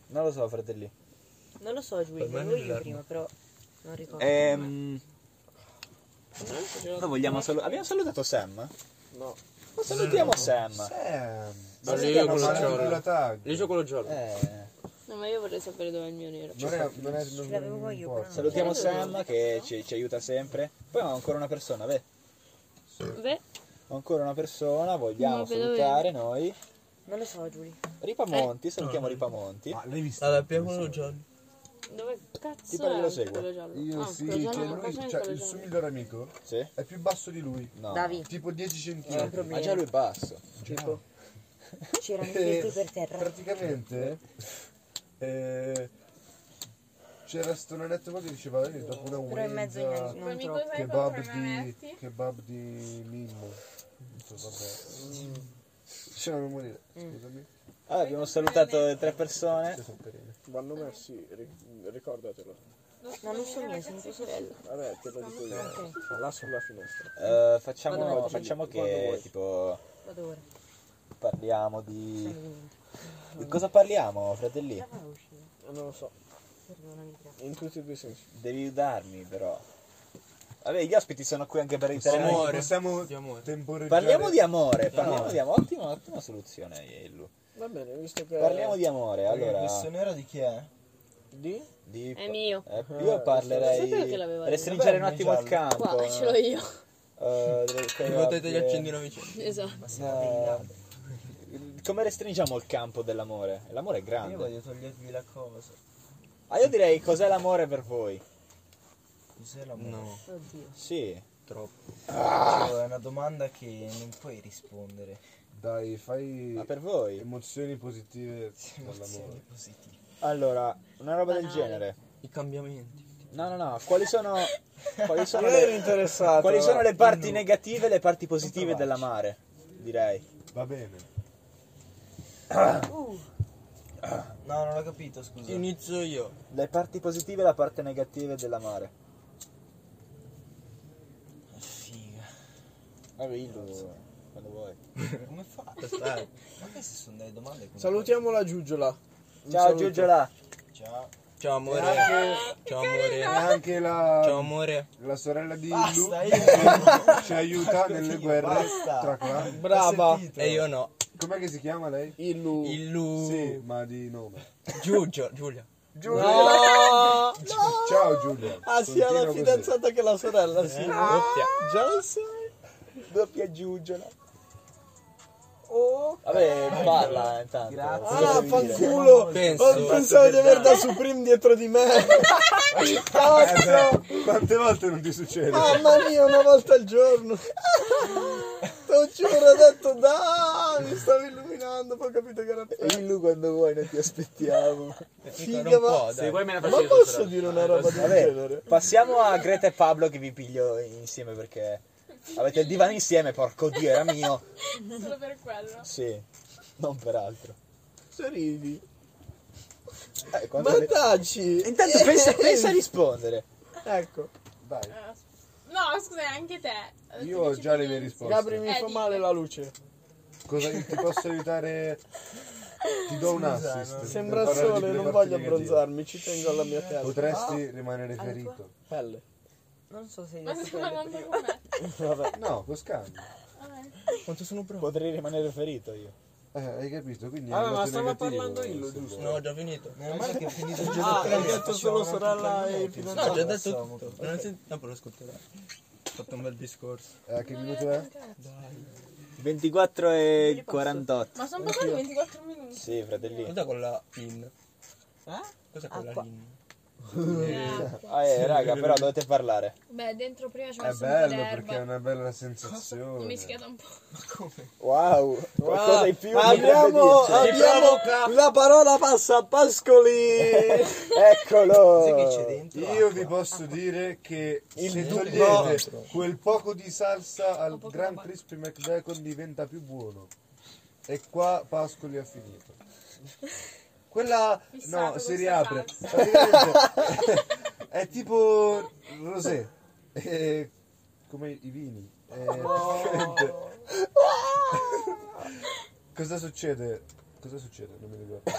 S4: Non lo so, fratelli.
S8: Non lo so, Giulio,
S4: me è
S8: volevo io
S4: l'inverno.
S8: prima, però non ricordo.
S4: Ehm. Noi vogliamo salu- Abbiamo salutato Sam?
S6: No.
S4: Ma salutiamo Sam.
S7: Sam.
S4: Ma
S2: Sì, io con lo
S7: Salutiamo
S2: giorno.
S7: la tag.
S2: Io gioco lo giorno.
S4: Eh,
S11: No, ma io vorrei sapere dove è il mio nero.
S7: Non è- non è- non-
S11: L'avevo
S7: non
S11: io,
S7: importa.
S4: Salutiamo Sam che ci, ci aiuta sempre. Poi ho ancora una persona, beh.
S11: Beh,
S4: Ho ancora una persona, vogliamo
S11: No, vedo
S4: salutare noi.
S8: Non lo so, Giulio.
S4: Ripamonti, salutiamo Ripamonti. Ma l'hai visto? Alla quello Giorni.
S11: dove cazzo
S4: Tipo io
S11: è
S4: lo seguo.
S11: quello giallo?
S7: Io
S11: Ah,
S7: sì,
S11: quello giallo
S7: cioè
S11: non
S7: lui-
S11: faccio neanche
S7: cioè,
S11: quello
S7: il
S11: giallo.
S7: suo migliore amico
S4: Sì.
S7: è più basso di lui.
S4: No.
S8: Davi.
S7: Tipo 10
S8: È un
S7: centimetri.
S8: problema.
S4: Ma già lui è basso.
S7: Tipo.
S8: C'erano i
S7: Eh,
S8: vetri per terra.
S7: Praticamente eh, c'era sto nanetto qua che diceva eh, dopo una
S8: Però in mezzo
S7: Wenza,
S8: non- non
S11: troppo.
S7: kebab
S11: Amico, sai
S7: di
S11: cosa
S7: kebab di Mimmo. Non so,
S2: Mm.
S7: vabbè. Lasciamelo morire, scusami.
S4: Allora, abbiamo salutato tre persone.
S6: Vanno messi, ri- ricordatelo.
S8: No, non sono mia, sono tua sorella.
S6: Vabbè, te lo dico io.
S8: Ok.
S6: Là sulla finestra.
S4: Eh,
S8: Vado
S4: facciamo,
S8: ora,
S4: facciamo
S6: Giulio, quando
S4: che
S6: vuoi.
S4: tipo
S8: Vado ora.
S4: parliamo di...
S8: Sono
S4: Di cosa parliamo, fratelli?
S8: Ah, uscire.
S6: Non lo so,
S8: Perdonami. grazie.
S6: in tutti e due i sensi.
S4: Devi darmi però. Vabbè, gli ospiti sono qui anche per il terreno.
S2: Amore.
S7: Possiamo
S2: Di amore.
S7: temporeggiare.
S4: Parliamo di amore, parliamo
S7: Amore.
S4: di amore. Ottima, ottima soluzione, Ellu.
S6: Va bene, visto che...
S4: Parliamo di amore, allora.
S10: Questo nero di chi è?
S6: Di?
S4: di-
S11: È mio.
S4: eh, io
S11: Sapevo che
S4: parlerei.
S11: l'avevo
S4: Restringere un
S10: Vabbè,
S4: attimo il
S10: giallo.
S4: campo.
S11: Qua, ce l'ho io.
S4: Eh,
S10: <laughs>
S4: delle
S10: Potete gli
S4: coppie.
S10: accendino vicino.
S11: <laughs> Esatto.
S4: Eh, Come restringiamo il campo dell'amore? L'amore è
S10: Io
S4: grande.
S10: voglio togliermi la cosa.
S4: Ah, io direi cos'è l'amore per voi?
S10: Cos'è l'amore? No.
S8: Oddio.
S4: Sì.
S10: Troppo. Cioè, è una domanda che non puoi rispondere.
S7: Dai, fai
S4: Ma per voi?
S7: emozioni positive
S10: Emozioni
S7: dall'amore.
S10: positive.
S4: Allora, una roba del genere.
S10: I cambiamenti.
S4: No, no, no, quali sono, quali sono,
S6: Io ero
S4: le,
S6: interessato.
S4: quali sono
S6: va.
S4: le parti negative e le parti positive
S10: Non
S4: dell'amare? Direi.
S7: Va bene.
S10: No, non l'ho capito, scusa.
S4: Inizio io. Le parti positive e la parte negativa dell'amare.
S10: Figa.
S4: Vabbè, io quando vuoi.
S10: Come fa a stare? Ma queste sono delle domande come
S6: Salutiamo la Giugiola. Un
S4: Ciao
S6: saluto.
S4: Giugiola.
S10: Ciao.
S2: Ciao amore. Ciao
S7: E
S2: amore.
S7: anche la,
S2: Ciao amore.
S7: la sorella di Illu
S10: Basta, io
S7: ci aiuta nelle guerre
S10: basta.
S7: tra clan.
S6: Brava.
S2: E io no.
S7: Com'è che si chiama lei?
S6: Illu.
S2: Illu.
S7: Sì, ma di nome.
S2: Giugio, Giulia.
S7: Giulia. Ciao Giulia.
S6: Ah, sia la
S7: Continua
S6: fidanzata che la sorella,
S4: Eh,
S6: sì.
S2: Doppia.
S6: Già lo sai.
S4: Doppia Giugiola.
S6: Oh.
S4: Vabbè, parla intanto.
S10: Grazie.
S4: Cosa
S6: Ah,
S4: devi dire?
S6: fanculo!
S2: Penso. eh.
S6: Oh, Pensavo di aver
S8: Eh?
S6: da Supreme dietro di me. Cazzo!
S7: così. Quante volte non ti succede?
S6: Mamma mia, una volta al giorno. Te lo giuro, ho detto dai, mi stavo illuminando, poi ho capito che era te.
S4: Illu quando vuoi, noi ti aspettiamo.
S6: Figa, ma...
S2: Se vuoi me la
S6: ma
S2: faccio io,
S6: posso
S2: però.
S6: dire una roba del
S4: Vabbè,
S6: genere?
S4: passiamo a Greta e Pablo che vi piglio insieme perché avete il divano insieme, porco dio, era mio.
S11: Solo per quello.
S4: Sì, non per altro.
S6: Se ridi.
S4: Eh, quanto
S6: Ma
S4: le-
S6: taci!
S4: Intanto pensa, pensa a rispondere.
S6: Ecco,
S7: Dai,
S11: No, scusa, anche te.
S7: io ho già le mie risposte.
S6: Gabri mi
S11: Eh,
S6: fa
S11: dì.
S6: male la luce.
S7: Cosa ti posso aiutare? Ti do un
S10: Scusa,
S7: assist.
S10: no.
S7: per
S6: Sembra
S7: parlare di
S6: sole,
S7: quelle
S6: non
S7: parti
S6: voglio Ah.
S7: negative.
S6: abbronzarmi, ci tengo alla mia testa.
S7: Potresti rimanere ferito.
S6: Ah, pelle.
S8: Non so se...
S11: Ma
S8: adesso
S11: stai parlando
S8: prendo-
S11: con me?
S7: No, lo scambio.
S10: Quanto sono bravo?
S4: Potrei rimanere ferito io.
S7: Eh, hai capito? Quindi
S6: Ah,
S7: è il
S6: ma
S7: lato
S6: stava
S7: negativo,
S6: parlando io,
S7: se
S6: giusto?
S7: vuoi.
S10: No, ho già finito. Meno male che è finito il
S6: Ah,
S10: gioco.
S6: hai detto solo sorella e
S10: No, ho
S6: fidanzata.
S10: già detto tutto. Non ho sentito. No, però ascolterai. Ho fatto un bel discorso.
S7: Eh, che minuto è?
S4: 24 e 48.
S11: Ma sono passati 24 minuti.
S4: Sì, fratellino.
S10: Cos'è quella in? Cos'è quella
S8: Acqua.
S10: in?
S2: Ah, eh, raga, però dovete parlare.
S12: Beh, dentro prima ci ho
S7: È
S12: messo un po'
S7: bello
S12: d'erba.
S7: perché è una bella sensazione.
S12: Mischiata un po'.
S2: Wow,
S4: Ah,
S2: qualcosa di più.
S6: Abbiamo,
S2: potrebbe Diciamo dirci.
S6: abbiamo la parola passa a
S4: <laughs>
S6: Pascoli.
S2: Eccolo.
S7: Io vi posso dire che se
S6: du-
S7: togliete
S6: no.
S7: quel poco di salsa al Gran Crispy McBacon diventa più buono. E qua Pascoli ha finito. Quella
S12: Fissato
S7: no,
S12: con
S7: si
S12: sta
S7: riapre.
S12: salsa.
S7: Praticamente è tipo rosé. Eh, come i vini. Eh, praticamente- Cosa succede? Cosa succede? Non mi ricordo.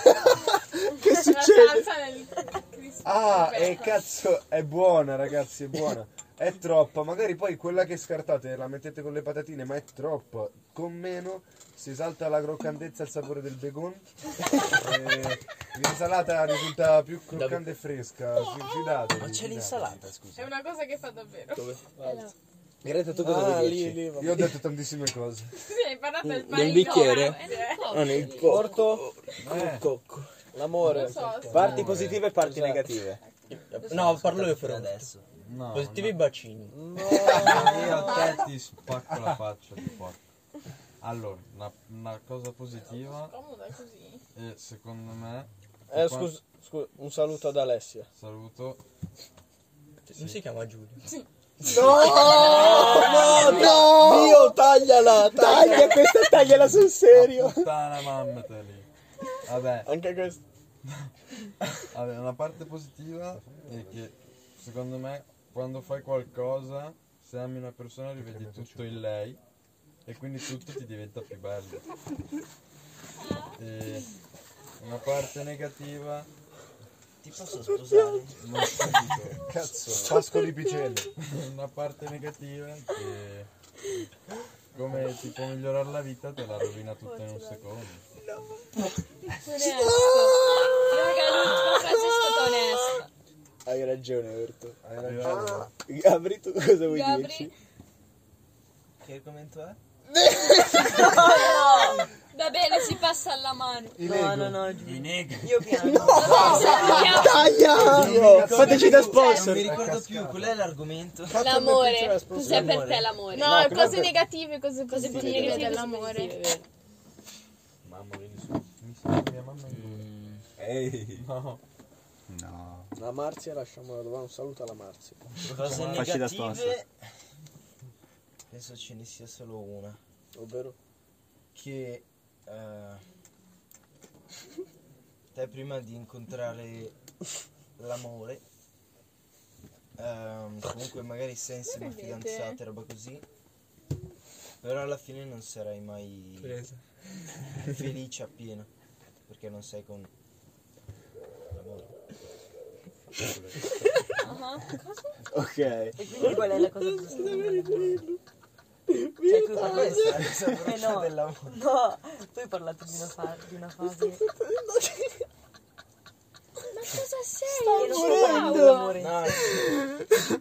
S6: Che
S11: succede? La salsa del crispy.
S7: Ah,
S11: Beh,
S7: e cazzo, è buona ragazzi, è buona. È troppa, magari poi quella che scartate la mettete con le patatine, ma è troppa. Con meno si esalta la croccantezza e il sapore del bacon. E l'insalata risulta più croccante e fresca. fi- Fidatevi. Ma c'è
S4: l'insalata,
S11: È una cosa che fa davvero. Dove?
S13: Greta, tu
S7: cosa
S13: vuoi
S7: dirci? Io ho detto tantissime cose.
S11: Scusi, hai parlato del
S13: Nel
S11: panino.
S13: bicchiere?
S11: eh.
S13: Non il cocco. Il cocco. L'amore.
S11: Lo so, sì.
S2: Parti
S4: Eh,
S2: positive e parti
S4: esatto.
S2: negative.
S13: No, parlo io per adesso. Positivi bacini.
S3: Io a te ti spacco la faccia ti porco. Allora, una, una cosa positiva
S11: Comoda così.
S3: e secondo me...
S14: Eh,
S3: qua-
S14: scusa, scusa, un saluto ad Alessia.
S3: Saluto.
S13: Non si chiama Giulio.
S6: No, no, no! Dio, tagliala! Taglia questa, tagliala sul serio!
S3: Puttana mamma te lì. Vabbè,
S6: Anche questa.
S3: vabbè, una parte positiva è che secondo me quando fai qualcosa, se ami una persona rivedi tutto in lei e quindi tutto ti diventa più bello. E una parte negativa...
S4: Ti posso sposare?
S3: Non so di cosa.
S7: Cazzo, Pascoli Picelli.
S3: una parte negativa che come ti può migliorare la vita te la rovina tutta in un secondo
S12: Non è onesto. Raga, l'ultima frase è stata onesta.
S2: Hai ragione, Orto.
S7: Hai ragione.
S2: Gabri, tu cosa vuoi
S12: Gabri?
S2: dirci?
S4: Che argomento è?
S12: Va bene, si passa alla mano.
S8: No, no, no.
S4: Di nega.
S8: Io piango.
S6: Taglia! Fateci da
S4: Non
S6: sponsor!
S4: mi ricordo più, qual è l'argomento?
S5: L'amore. Cos'è per te l'amore?
S11: No, cose negative, cose positive
S5: negative,
S11: dell'amore.
S3: mamma vieni su mi sa che mia mamma ehi no
S2: No.
S6: La Marzia, lasciamola dove un saluto alla Marzia.
S4: Cose
S2: Facci da
S4: negative. Penso ce ne sia solo una.
S6: Ovvero?
S4: Che eh, te prima di incontrare l'amore, ehm, comunque magari sei insieme a
S11: Veramente?
S4: fidanzate, roba così. Però alla fine non sarai mai felice appieno. Perché non sei con l'amore.
S2: Ok.
S8: E quindi qual è la cosa più Cioè, tu hai parlato- Eh no, no, tu hai parlato di una, fa- di una fase.
S12: Ma cosa sei?
S8: Ero parlando dell'amore.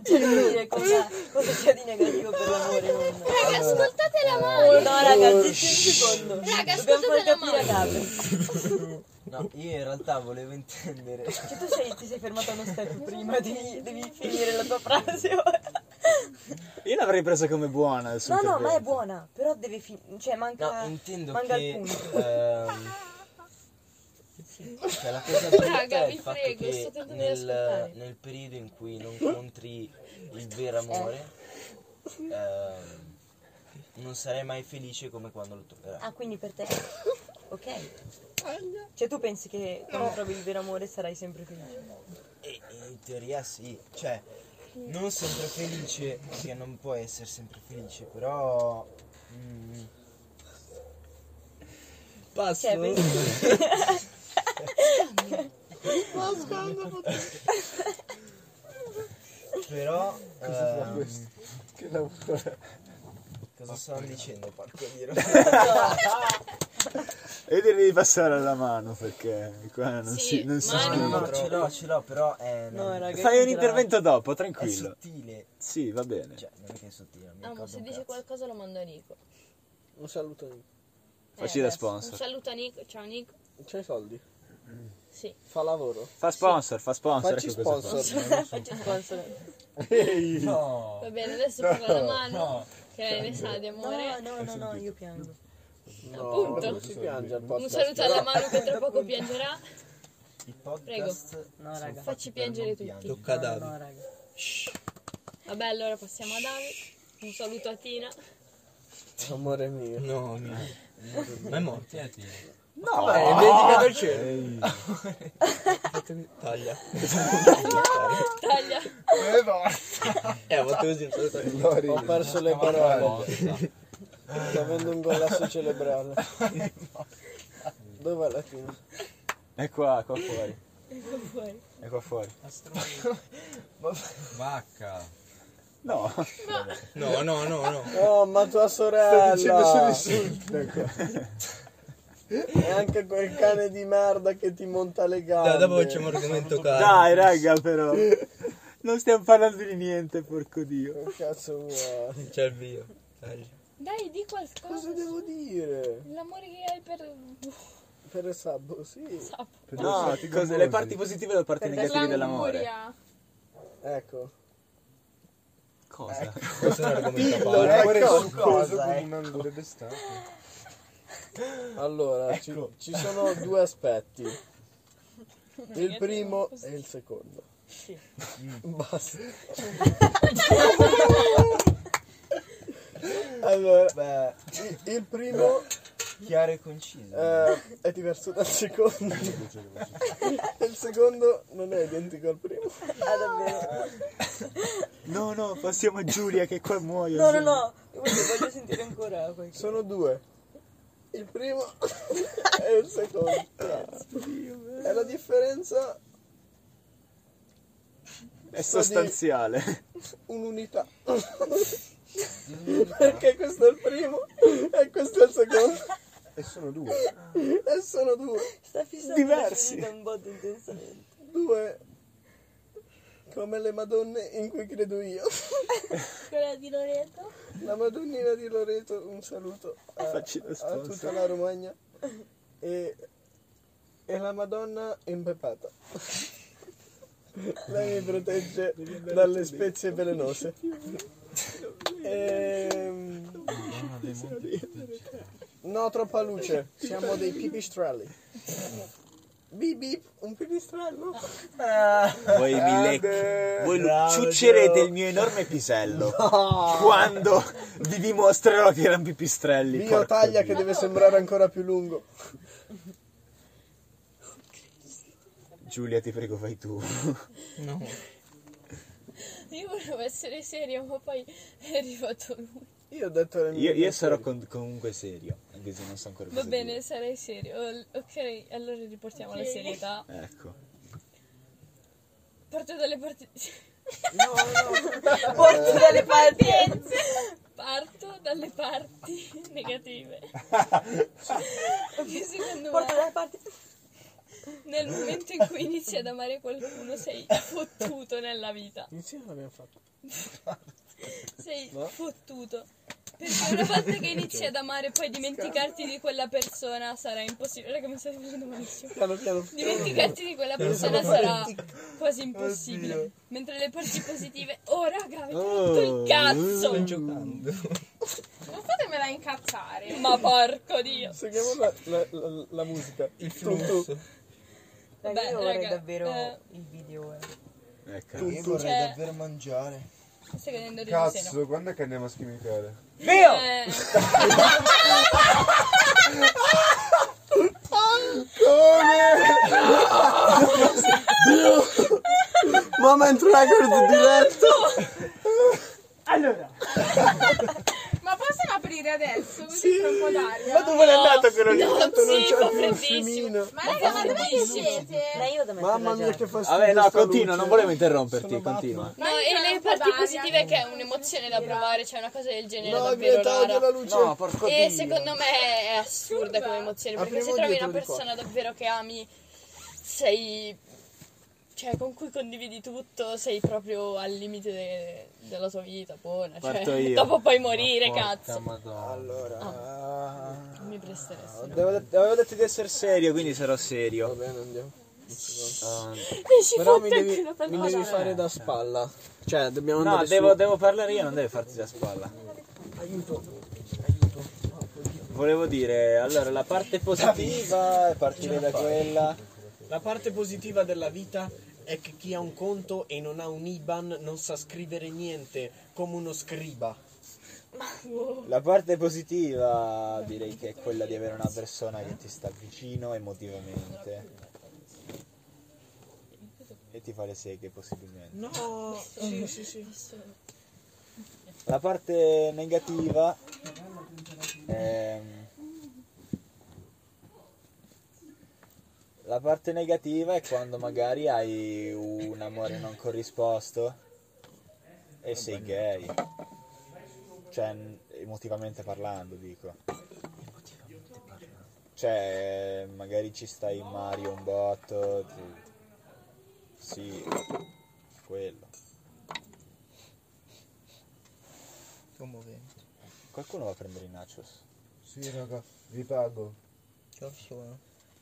S8: Cioè, voglio dire cosa, cosa c'è di negativo per l'amore. Non...
S12: Raga, ascoltate la
S8: Oh,
S12: mano.
S8: no, ragazzi, un secondo.
S12: Raga,
S8: Dobbiamo far
S12: ascoltate la
S8: capire a
S12: mano.
S8: Gabri.
S4: No, io in realtà volevo intendere.
S8: Cioè, tu sei, ti sei fermato a uno step prima, devi, devi finire la tua frase ora.
S2: Io l'avrei presa come buona il suo
S8: No, no, ma è
S2: intervento.
S8: buona. Però devi finire. Cioè,
S4: No,
S8: manca.
S4: intendo
S8: manca
S4: che.
S8: il
S4: <laughs>
S8: punto.
S4: ehm, cioè, la cosa brutta
S12: Raga,
S4: è
S12: vi
S4: il fatto
S12: prego, sto
S4: che
S12: tentando di
S4: nel,
S12: ascoltare.
S4: nel periodo in cui non incontri il vero amore, ehm, non sarai mai felice come quando lo troverai.
S8: Ah, quindi per te. Ok. Cioè, tu pensi che quando trovi il vero amore sarai sempre felice.
S4: E, e in teoria sì, cioè, non sempre felice, perché non puoi essere sempre felice, però.
S12: Cioè,
S4: mm,
S13: Passo.
S8: Cioè, pensi che
S4: però.
S7: Cosa fa
S4: ehm,
S7: questo? Che lavoro è?
S4: cosa stanno dicendo, porco di
S2: <laughs>
S4: ro-
S2: E devi passare alla mano perché qua non
S11: Sì,
S2: si, non si
S11: mani.
S4: No,
S2: scrive.
S4: no, ce l'ho, ce l'ho, però è.
S8: No, raga.
S2: Fai un
S8: Che
S2: intervento dopo,
S4: è
S2: tranquillo.
S4: sottile.
S2: Sì, va bene.
S4: Eh Cioè, non è che è sottile, non mi
S5: Amo,
S4: ricordo
S5: se
S4: un
S5: dice
S4: cazzo.
S5: qualcosa lo mando a Nico.
S6: Un saluto.
S2: Facci
S5: Eh,
S2: da
S5: adesso. Un
S2: sponsor.
S5: saluto a Nico. Ciao Nico.
S6: C'hai soldi?
S5: Sì.
S6: Fa lavoro.
S4: Fa sponsor, fa sponsor.
S6: Facci
S4: ecco cosa fa.
S6: sponsor.
S5: Faccio sponsor.
S6: Ehi.
S3: No.
S5: Va bene, adesso parla la
S3: No,
S5: mano.
S3: no.
S5: Che lei ne sa di amore.
S8: No, no, no, no, io piango.
S6: No,
S5: Appunto.
S6: non si piange al
S5: Un
S6: podcast.
S5: saluto alla mano che tra poco piangerà.
S10: I
S5: Prego.
S10: podcast
S8: No, raga.
S5: Facci piangere tutti.
S10: Tocca a
S8: No, no,
S10: Davide.
S8: no, raga.
S5: Vabbè, allora passiamo a Davi. Un saluto a Tina.
S6: Amore mio.
S10: No, mio. Ma è morto. eh,
S6: No,
S2: Vabbè, è dedicato al cielo.
S10: Taglia.
S5: Taglia.
S10: Eh, ho fatto così, ho fatto così.
S6: Ho perso le parole. Sto avendo un collasso cerebrale. Dov'è la fine?
S4: È qua, qua fuori.
S5: Ecco fuori.
S4: È qua fuori.
S3: Vacca.
S4: No.
S10: No, no, no, no.
S6: Oh, ma tua sorella!
S7: Ecco.
S6: E anche quel cane di merda che ti monta le gambe.
S10: Dai, dopo facciamo un argomento caro.
S4: Dai, raga, però. <laughs> Non stiamo parlando di niente, porco dio.
S6: Che cazzo vuoi?
S10: C'è il video. Taglia.
S11: Dai, di
S6: Cosa
S11: qualcosa.
S6: devo dire?
S11: L'amore che hai per.
S6: Per il sabbo, sì.
S4: No, cose- le parti positive e le parti
S11: per
S4: negative dell'amore.
S11: l'anguria.
S6: Ecco.
S4: Cosa?
S10: Questo è un argomento a
S6: Dillo,
S10: parte.
S7: L'amore è
S6: ecco
S7: succoso
S6: cosa,
S7: come
S6: ecco.
S7: un angolo d'estate.
S6: Allora, ci,
S10: Ecco.
S6: ci sono due aspetti. Il primo e il secondo. <laughs> Basta. allora, il- il primo
S10: Chiaro e conciso.
S6: eh, è diverso dal secondo. <laughs> il secondo non è identico al primo.
S8: Ah, davvero?
S4: No, no, passiamo a Giulia che qua muoio.
S8: No, no, no. Io voglio, voglio sentire ancora qualcosa.
S6: Sono due. Il primo <laughs> e il secondo. E la differenza
S4: È sostanziale.
S6: un'unità. Perché questo è il primo e questo è il secondo.
S7: E sono due.
S6: E sono due.
S8: Sta fissando
S4: Diversi.
S8: da un botto intensamente.
S6: Due. Come le madonne in cui credo io.
S11: <laughs> Quella di Loreto.
S6: La Madonnina di Loreto, un saluto a,
S4: Facci lo
S6: a
S4: sponsor.
S6: tutta la Romagna. E, e la Madonna impeppata. Lei mi protegge dalle spezie velenose. Ehm, No, troppa luce. Siamo dei pipistrelli. Bip bip, un pipistrello.
S11: Ah.
S6: Ah.
S4: Voi mi lecchi. Voi ciuccerete il mio
S6: <laughs>
S4: enorme pisello. Quando vi dimostrerò che erano pipistrelli.
S6: Dio
S4: porco
S6: taglia
S4: dio.
S6: che deve sembrare ancora più lungo.
S4: Giulia, ti prego, fai tu.
S5: Io volevo essere seria, ma poi è arrivato lui.
S6: Io ho detto le mie
S4: Io, io
S6: due
S4: sarò
S6: storie.
S4: con- comunque serio. Anche se non so ancora cosa
S5: Va bene,
S4: dire.
S5: sarei serio. Ol- Ok, allora riportiamo la serietà.
S4: Ecco.
S5: Parto dalle parti.
S8: Porti dalle parti.
S5: Parto dalle parti <laughs> negative. Perché secondo
S8: Porti
S5: me
S8: dalle parti.
S5: nel momento in cui inizi ad amare qualcuno sei fottuto nella vita.
S6: Insieme l'abbiamo fatto.
S5: Sei fottuto. Perché una volta che inizi ad amare poi dimenticarti di quella persona sarà impossibile. Raga, mi stai facendo malissimo.
S6: Piano piano.
S5: Dimenticarti di quella persona sarà quasi impossibile. Mentre le parti positive. Oh, raga, avete rotto
S6: Oh.
S5: il cazzo!
S10: Giocando.
S11: Non fatemela incazzare.
S5: Ma porco dio!
S6: Seguiamo la, la, la, la musica.
S10: Il flusso.
S8: Raga,
S5: Beh,
S8: io vorrei
S5: raga,
S8: davvero
S5: eh.
S8: il video. eh.
S4: Ecco.
S10: Io vorrei
S5: Cioè-
S10: davvero mangiare.
S5: Mi Stai cadendo di seno.
S7: Cazzo, quando è che andiamo a schimicare?
S5: Eh,
S6: Moment record <laughs> diretto.
S11: Ma possiamo aprire adesso? Così c'è un po' d'aria.
S6: Ma dove è andato quello lì?
S5: No,
S6: Tanto non
S5: sì,
S6: c'è più il
S5: completissimo.
S6: filmino.
S11: Ma raga, ma dove che siete?
S8: Ma Eh, io da me
S6: Mamma mia che fastidio.
S4: Vabbè, no,
S6: sta
S4: continua,
S6: luce.
S4: non volevo interromperti, continua.
S5: No, e le parti positive che è un'emozione da provare, cioè una cosa del genere
S6: No, è
S5: davvero
S6: vietato la
S5: rara.
S6: luce.
S4: No, porco dio.
S5: E secondo me è assurda come emozione, perché
S6: Apriamo
S5: se trovi
S6: dietro
S5: una
S6: di qua.
S5: persona davvero che ami, sei... Cioè, con cui condividi tutto, sei proprio al limite de- della tua vita, buona.
S4: Parto
S5: Cioè,
S4: io.
S5: dopo puoi morire,
S10: Porca
S5: cazzo.
S10: madonna.
S6: Allora,
S5: Mi presteresti.
S4: Avevo detto, avevo detto di essere serio, quindi sarò serio.
S6: va bene, andiamo.
S9: Esci
S6: Però mi
S9: fuori
S6: devi,
S9: anche da
S6: mi devi
S9: Panora.
S6: fare da spalla. Cioè, dobbiamo
S4: No,
S6: andare
S4: devo,
S6: su.
S4: devo parlare io, non devi farti da spalla. Aiuto. Volevo dire, allora, la parte positiva è partire da quella.
S2: La parte positiva della vita è che chi ha un conto e non ha un IBAN non sa scrivere niente, come uno scriba.
S4: La parte positiva direi che è quella di avere una persona che ti sta vicino emotivamente e ti fa le seghe possibilmente.
S2: No, sì, sì, sì.
S4: La parte negativa ehm, La parte negativa è quando magari hai un amore non corrisposto e sei gay. Cioè, n- emotivamente parlando, dico. Cioè, magari ci stai in Mario un botto. ti- Sì, quello.
S10: Commovente.
S4: Qualcuno va a prendere i nachos?
S7: Sì, raga, vi pago.
S10: Cazzo,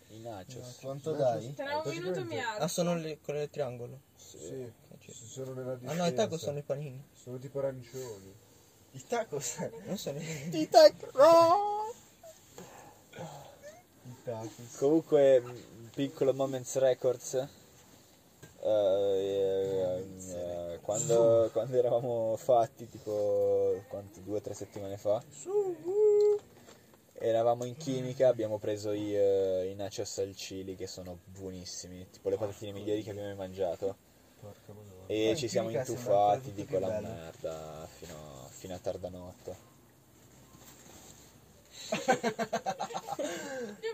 S4: I nachos.
S7: Quanto dai?
S11: Tra un minuto mi alzo.
S10: Ah, sono le, quelle del triangolo.
S7: Sì,
S10: Che c'è?
S7: sono nella
S10: Ah
S7: dispensa.
S10: no, i taco sono i panini.
S7: Sono tipo arancioni.
S10: I taco sono- non sono i panini.
S4: Comunque, mh, piccolo Moments Records. eh, eh, eh, quando, quando eravamo fatti, tipo quanto, due o tre settimane fa, eravamo in chimica. Abbiamo preso i, eh, i nachos al chili che sono buonissimi, tipo le patatine migliori che abbiamo mai mangiato. E
S10: Eh, in
S4: ci siamo
S10: chimica sembra ancora
S4: intufati di
S10: tutto più
S4: quella
S10: bello.
S4: merda fino, fino a tarda notte.
S11: Li ho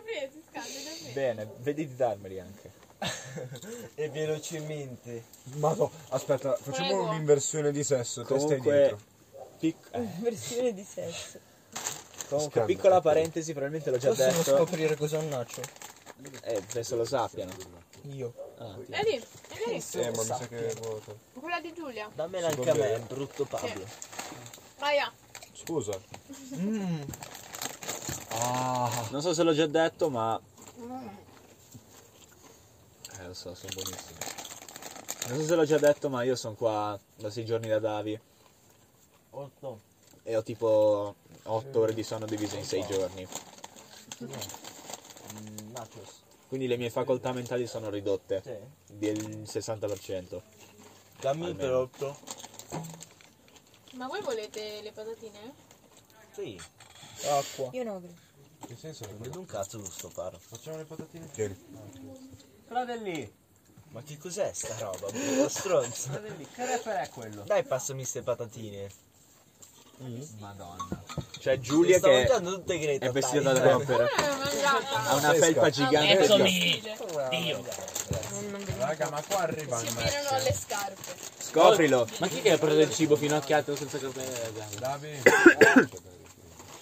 S11: presi, scaldi, li ho presi.
S4: Bene, vedi di darmeli anche.
S10: E velocemente.
S7: Ma no, aspetta, facciamo
S11: Prego.
S7: un'inversione di sesso, te stai
S4: Comunque,
S7: dietro.
S4: pic- eh,
S8: Versione di sesso.
S4: Comunque,
S7: Scambio.
S4: piccola parentesi, probabilmente l'ho già
S10: Possono
S4: detto.
S10: scoprire cos'è un nacho?
S4: Eh, penso lo sappiano.
S10: Io.
S4: Ah,
S11: È lì, è lì.
S7: Eh, ma mi sa che è vuoto.
S11: Quella di Giulia. Ah,
S10: Dammela anche a me, brutto Pablo.
S11: Aia.
S7: Scusa.
S4: non so se l'ho già detto, ma. Eh, lo so, sono buonissimi. Non so se l'ho già detto, ma io sono qua da sei giorni da Davi
S10: Otto.
S4: e ho tipo 8 ore di sonno divise in 6 giorni.
S10: Mm, nachos.
S4: Quindi le mie facoltà mentali sono ridotte
S10: Sì.
S4: del 60%.
S10: Dammi
S4: Almeno.
S10: per otto.
S11: Ma voi volete le patatine?
S10: Sì. Acqua.
S8: Io no, grazie.
S7: Che senso è?
S10: Vedo un cazzo sto paro.
S7: Facciamo le patatine? Tieni.
S10: Fratelli. Ma che cos'è sta roba? Uno stronzo. Fratelli, che rapper è quello? Dai, passami ste patatine. Madonna.
S4: Cioè, Giulia
S10: sta
S4: che è
S10: mangiando tutte greta.
S4: è vestita da
S10: dai.
S4: rapper,
S11: Non l'ho mangiata.
S4: ha una felpa gigante. di-
S7: Raga, ma qua arriva il
S9: tirano le scarpe.
S4: Scoprilo!
S2: Ma chi che ha preso il cibo finocchiato senza capire?
S7: Davi.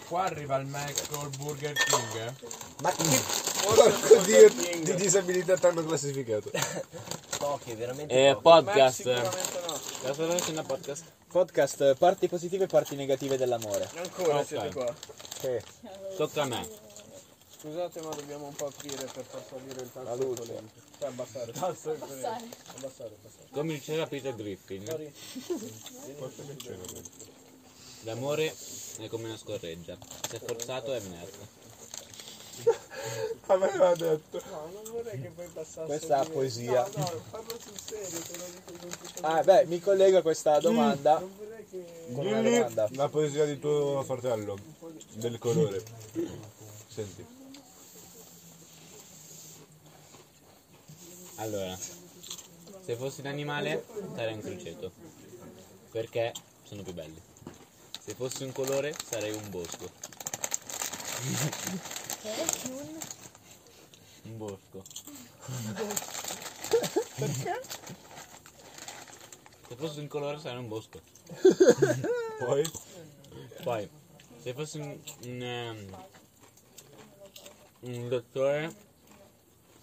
S7: qua arriva il Mac col Burger King. eh.
S4: Ma che
S7: Porco dio, di disabilità t'hanno classificato.
S10: Poche, veramente
S2: Eh,
S10: poche.
S2: podcast. Trasformarsi in una podcast.
S4: Podcast, parti positive e parti negative dell'amore.
S6: Ancora siete qua.
S4: Sì.
S2: Tocca a me.
S6: Scusate, ma dobbiamo un po' aprire per far salire il tasso
S4: La luce.
S6: imponente. Cioè, abbassare. Abbassare. Abbassare, abbassare.
S2: Come diceva Peter Griffin, l'amore è come una scorreggia. Se forzato è merda.
S7: <laughs> Aveva detto.
S6: No, non vorrei che poi passasse.
S4: Questa
S6: di-
S4: poesia.
S6: No, no, parlo sul serio, te lo dico non ti-
S4: Ah, beh, mi collego a questa domanda
S6: Non vorrei che.
S4: con una domanda.
S7: la poesia di tuo fratello. Del colore. Senti.
S2: Allora, se fossi un animale sarei un criceto. Perché sono più belli. Se fossi un colore sarei un bosco. Un bosco. Se fossi un colore sarei un bosco.
S7: Poi.
S2: Poi, se fossi un, un, ehm, un dottore,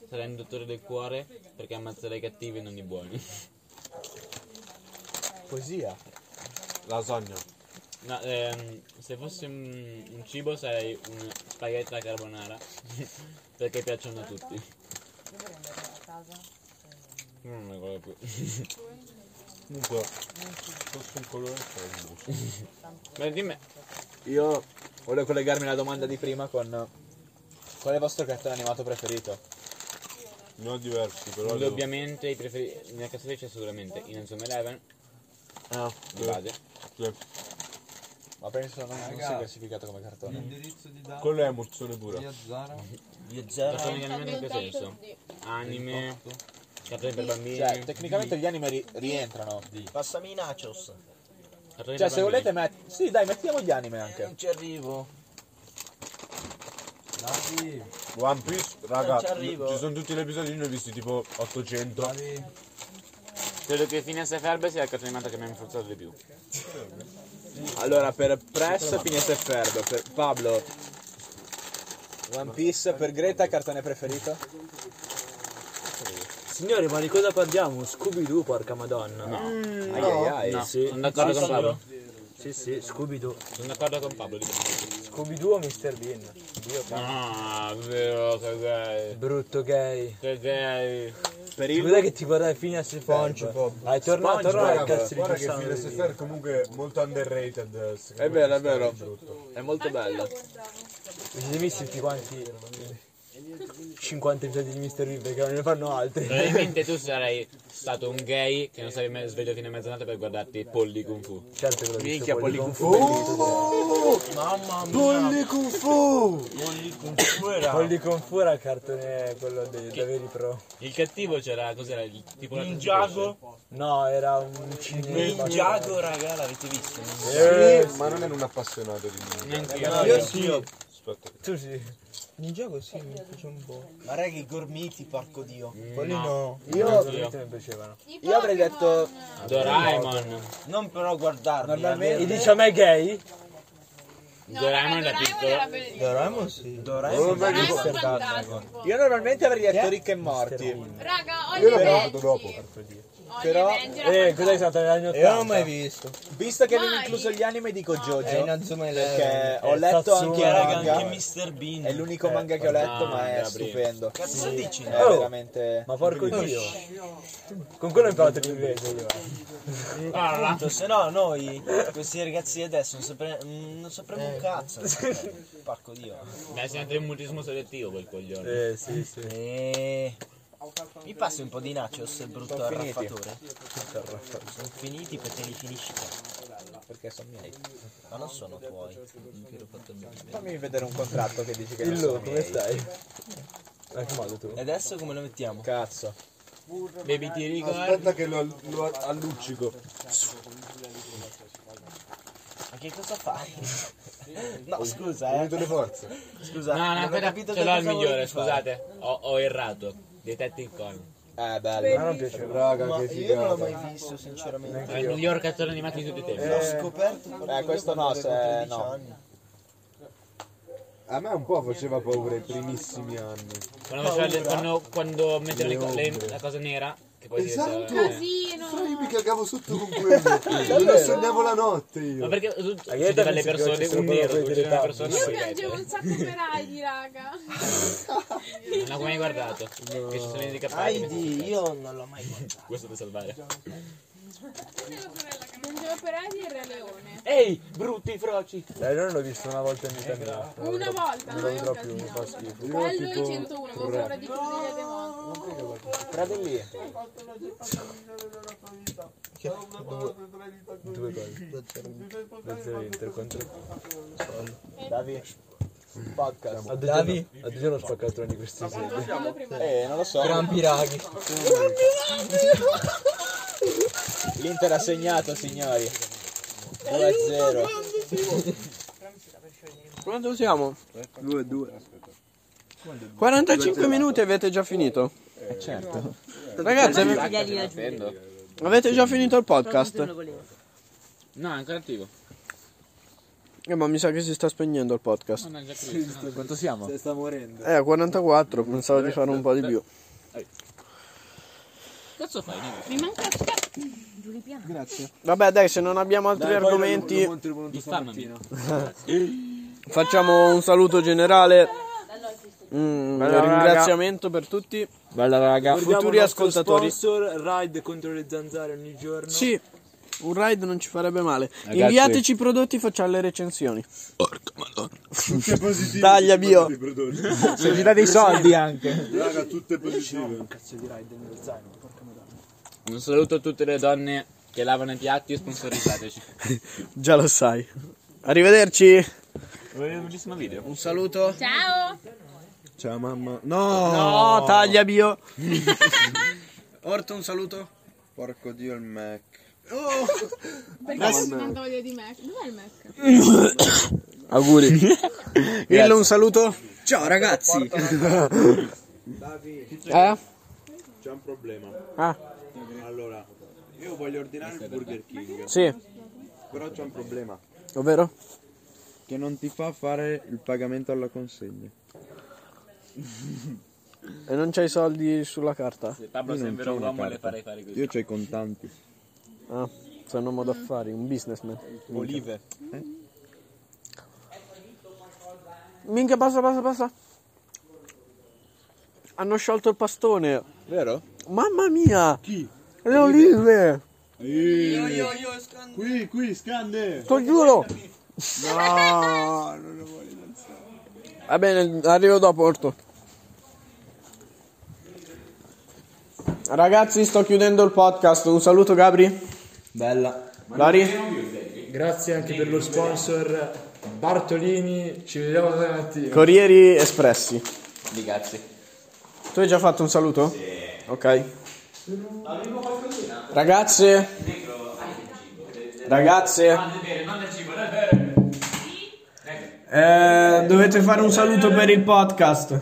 S2: sarei un dottore del cuore perché ammazzerei i cattivi e non i buoni.
S4: Poesia.
S7: Lasagna.
S2: No, ehm, se fossi un, un cibo sarei <laughs> un spaghetti alla carbonara perché piacciono a tutti.
S8: casa.
S2: Io non ne guardo più. Comunque, fosse un colore sarei un gusto. Ma di me.
S4: Io volevo collegarmi alla domanda di prima con qual è il vostro cartone animato preferito?
S7: Ne ho diversi, però.
S2: Indubbiamente i preferiti. Nella cassatrice c'è sicuramente Inazuma Eleven.
S7: Ah,
S2: Di base.
S4: Ma penso non, non
S3: Raga.
S4: sia classificato come cartone.
S3: L'indirizzo di Dara.
S7: Quello è emozione pura.
S3: Via Zara.
S10: Via
S2: Perché gli anime in che senso? Anime, cartoni per bambini.
S4: Cioè, tecnicamente gli anime ri- rientrano.
S10: Passami i nachos.
S2: cartoni
S4: Cioè,
S2: per
S4: se
S2: bambini.
S4: volete met- Sì, dai, mettiamo gli anime
S10: Non
S4: anche.
S10: ci arrivo.
S3: Davi.
S7: One Piece, raga,
S10: Non ci arrivo.
S7: ci sono tutti gli episodi, io ne ho visti tipo 800.
S3: Davi.
S2: Credo che Finesse e Ferbe sia il cartone animato che mi ha influenzato di più.
S4: Allora, per Press, Phineas e Ferb. Per Pablo, One Piece. Per Greta, cartone preferito?
S15: Signori, ma di cosa parliamo? Scooby-Doo, porca madonna. No.
S4: Ai ai ai.
S2: No,
S15: sì.
S2: sono d'accordo
S15: Sì,
S2: con
S15: sì.
S2: Pablo.
S15: Sì, sì, Scooby-Doo.
S2: Sono d'accordo con Pablo. di questo.
S15: Scooby-Doo o Mr. Bean? Dio,
S2: Ah, vero, che gay.
S15: Brutto gay.
S2: Che gay.
S4: Per
S15: Guarda
S4: il...
S15: che ti guarda fino a Spongebob.
S7: SpongeBob.
S15: Hai tornato torna al
S7: Raga,
S15: cazzo di
S7: guarda che
S15: Cassandra.
S7: Phineas e Ferb comunque molto
S10: eh,
S7: underrated. secondo me,
S4: È vero, è
S7: sta
S4: vero.
S7: brutto.
S4: È molto bello.
S15: Mi siete visti tutti quanti 50 episodi di Mr. Bean perché non ne fanno altri.
S2: Probabilmente tu sarai stato un gay che non sarai mai sveglio fino a mezzanotte per guardarti Polly Kung Fu.
S15: Certo che l'ho visto
S4: Minchia,
S15: Polly
S4: Polly Kung
S15: Kung
S4: Fu.
S10: Mamma mia.
S7: Kung Fu!
S10: Bolli con fuera.
S15: Polly Kung Fu era il cartone quello dei dei veri pro.
S2: Il cattivo c'era, cos'era? Il tipo la
S10: Ninjago.
S15: No, era un cinese.
S10: Ninjago, raga, l'avete visto?
S7: Eh, ma non ero un appassionato di
S2: Neanche
S10: io
S2: io.
S10: sì.
S7: Aspetta.
S15: Tu sì.
S10: Ninjago sì, mi piace un po'. Ma raga, i gormiti, porco dio. Quelli
S2: No.
S10: no.
S15: Io
S2: Io.
S15: mi piacevano.
S4: Io avrei detto...
S2: Doraemon.
S10: Non però guardarli.
S15: eh, E diciamo, dici a me gay?
S2: Doraemon da
S11: era
S2: piccolo.
S11: bellissimo.
S10: Doraemon sì.
S15: "Oh,
S10: Doraemon
S11: Doraemon
S10: sì.
S11: fantastico.
S4: ecco. Io normalmente avrei detto Rick e Morty.
S11: Raga, ho gli
S7: Io l'ho guardato
S11: eventi.
S7: dopo.
S11: Ho gli
S4: Però-
S11: eventi, era
S15: Eh,
S11: fantastico.
S15: cos'è stato negli anni 80?
S10: Io non l'ho mai visto.
S4: Visto che avevo
S11: Mai.
S4: incluso gli anime, dico
S10: È
S15: Eh,
S4: Jojo.
S10: in Azuma
S4: Perché
S10: Eleven.
S4: ho letto
S15: Satsuma,
S4: anche il
S10: Raga,
S4: manga.
S10: anche Mr. Bean.
S4: È l'unico
S15: Eh,
S4: manga che ho letto, ma è
S2: Gabriele.
S4: stupendo.
S10: Cazzo dici?
S4: È
S15: Oh.
S4: veramente...
S15: Ma porco dio. Con quello ho imparato l'inglese io. eh.
S2: Parla.
S10: Appunto, se no noi, questi ragazzi di adesso, non, sapre- mm, non sapremo un cazzo. Porco dio.
S2: Beh, si entra in mutismo selettivo quel coglione.
S15: Eh, sì, sì.
S10: E... Mi passi un po' di nachos, il brutto
S4: finiti.
S10: arraffatore. Sono finiti perché li finisci te.
S4: Perché sono miei.
S10: Ma non sono tuoi. Che l'ho fatto io.
S4: Fammi vedere un contratto che dici che non
S15: Dillo,
S4: sono
S15: come
S4: miei. Eh,
S15: stai? Ma che modo tu?
S10: E adesso come lo mettiamo?
S4: Cazzo.
S2: Baby ti ricordo.
S7: Aspetta che lo, lo allluccico.
S10: Ma che cosa
S4: <laughs>
S10: fai? No,
S7: Ho
S10: scusa,
S7: unito
S10: eh.
S7: le forze.
S10: Scusa,
S2: No, no,
S10: non ho
S2: aspetta,
S10: capito
S2: ce
S10: che
S2: l'ho il
S10: cosa
S2: migliore,
S10: volevi fare.
S2: scusate. Ho, ho errato. Detective Conan.
S4: Eh, bello.
S15: Ma non piaceva.
S7: Raga,
S10: Ma
S7: che
S10: io non l'ho
S7: figata.
S10: mai visto, sinceramente.
S2: È il miglior cartone animato di tutti i tempi.
S10: L'ho scoperto proprio
S4: eh, questo
S10: quando
S4: no,
S10: avevo
S4: se-
S10: 13
S4: no.
S10: anni.
S7: A me un po' faceva paura i primissimi anni.
S2: Quando, faceva le- quando, quando metteva le co- le-
S7: ombre.
S2: la cosa nera, che poi
S7: Esatto.
S2: diventava- eh.
S11: Casino.
S7: Però io mi cagavo sotto con quello. Non sognavo la notte
S2: Ma
S7: io.
S2: perché tu
S15: Ma io
S2: uccideva
S15: penso che
S2: le persone,
S15: ci sono
S2: un
S15: proprio
S2: nero,
S15: quei
S2: tu uccidevi una
S15: dilettanti.
S2: persona
S11: Io
S2: poi
S11: piangevo un sacco per Heidi, raga.
S2: Non ho mai guardato. Che ci sono i handicappati.
S10: Heidi, io non l'ho mai guardato.
S2: Questo per salvare.
S11: Piangevo per Heidi e il Re Leone.
S2: Ehi, brutti froci!
S15: Eh, non l'ho visto una volta in vita mia.
S11: Una volta, ma è un
S15: Proprio mi fa
S11: casino.
S15: schifo.
S11: Quello e 101, avevo paura di fuggire dei mostri.
S4: Fratelli.
S15: Due gol. Lo zero Inter contro.
S4: Davi. Podcast.
S15: A Davi? A Davi hanno spaccato uno di questi sedi.
S11: Quello prima.
S4: Eh, non lo so.
S10: piraghi.
S4: L'Inter ha segnato, signori. 2-0.
S1: Quanto siamo? 2-2. 45 minuti e avete già finito.
S4: Certo.
S1: Ragazzi, ave-
S8: Tagliali la giù.
S1: avete già finito il
S8: Non lo
S1: podcast?
S8: volevo.
S2: No, è ancora attivo.
S1: Eh, ma mi sa che si sta spegnendo il podcast.
S2: Mannaggia Cristo.
S4: Quanto siamo?
S1: Eh, 44, pensavo di fare un po' di più.
S2: Cazzo fai? Nico?
S5: Mi manca la
S1: Vabbè, dai, se non abbiamo altri argomenti,
S2: Diffamami.
S1: facciamo un saluto generale.
S6: Mm,
S16: Bella, raga.
S6: ringraziamento per tutti.
S4: Bella raga.
S16: Ricordiamo
S6: Futuri
S16: il nostro
S6: ascoltatori.
S16: Sponsor ride contro le zanzare ogni giorno.
S6: Sì, un ride non ci farebbe male.
S16: Ragazzi-
S6: Inviateci i prodotti e facciamo le recensioni. Porca madonna. Taglia bio.
S17: Se vi dà dei soldi anche.
S18: Raga, tutte positive. Un
S16: cazzo di ride nello zaino, porca madonna.
S4: Un saluto a tutte le donne che lavano i piatti e sponsorizzateci.
S6: Già lo sai. Arrivederci.
S4: Un bellissimo video.
S6: Un saluto.
S19: Ciao!
S6: Ciao mamma. No, no taglia bio. Orto, un saluto.
S7: Porco dio il Mac.
S19: Oh! Perché
S6: Adesso-
S19: adesso tanta voglia di Mac? Dov'è il Mac?
S6: Auguri. Dillo un saluto. Ciao ragazzi. Eh?
S20: C'è un problema.
S6: Ah.
S20: Allora, io voglio ordinare il Burger King.
S6: Sì.
S20: Però c'è un problema.
S6: Ovvero?
S7: Che non ti fa fare il pagamento alla consegna.
S6: E non c'hai soldi sulla carta?
S4: Pablo, se è vero uomo, le farei fare così.
S7: Io c'ho i contanti.
S6: Ah, sei un uomo d'affari, un businessman. Minchia. Eh?
S7: Olive.
S6: Minchia, basta, basta, basta. Hanno sciolto il pastone.
S7: Vero?
S6: Mamma mia! Chi? Le olive!
S20: Io, io, io, scande. Qui, qui, scande.
S6: Te lo giuro!
S20: <laughs> No, non lo voglio danzare.
S6: Va bene, arrivo dopo, Orto. Ragazzi, sto chiudendo il podcast. Un saluto, Gabri.
S7: Bella.
S6: Lari.
S16: Grazie anche per lo sponsor Bartolini. Ci vediamo domani mattina.
S6: Corrieri Espressi.
S4: Di cazzi.
S6: Tu hai già fatto un saluto? Sì. Ok. Ragazze.
S4: Ah,
S6: Ragazze. Eh, dovete fare un saluto per il podcast.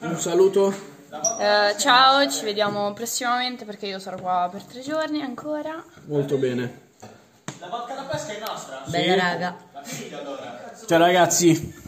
S6: Un saluto.
S11: Eh, ciao, ci vediamo prossimamente perché io sarò qua per tre giorni ancora.
S6: Molto bene.
S11: Bella raga.
S6: Ciao ragazzi.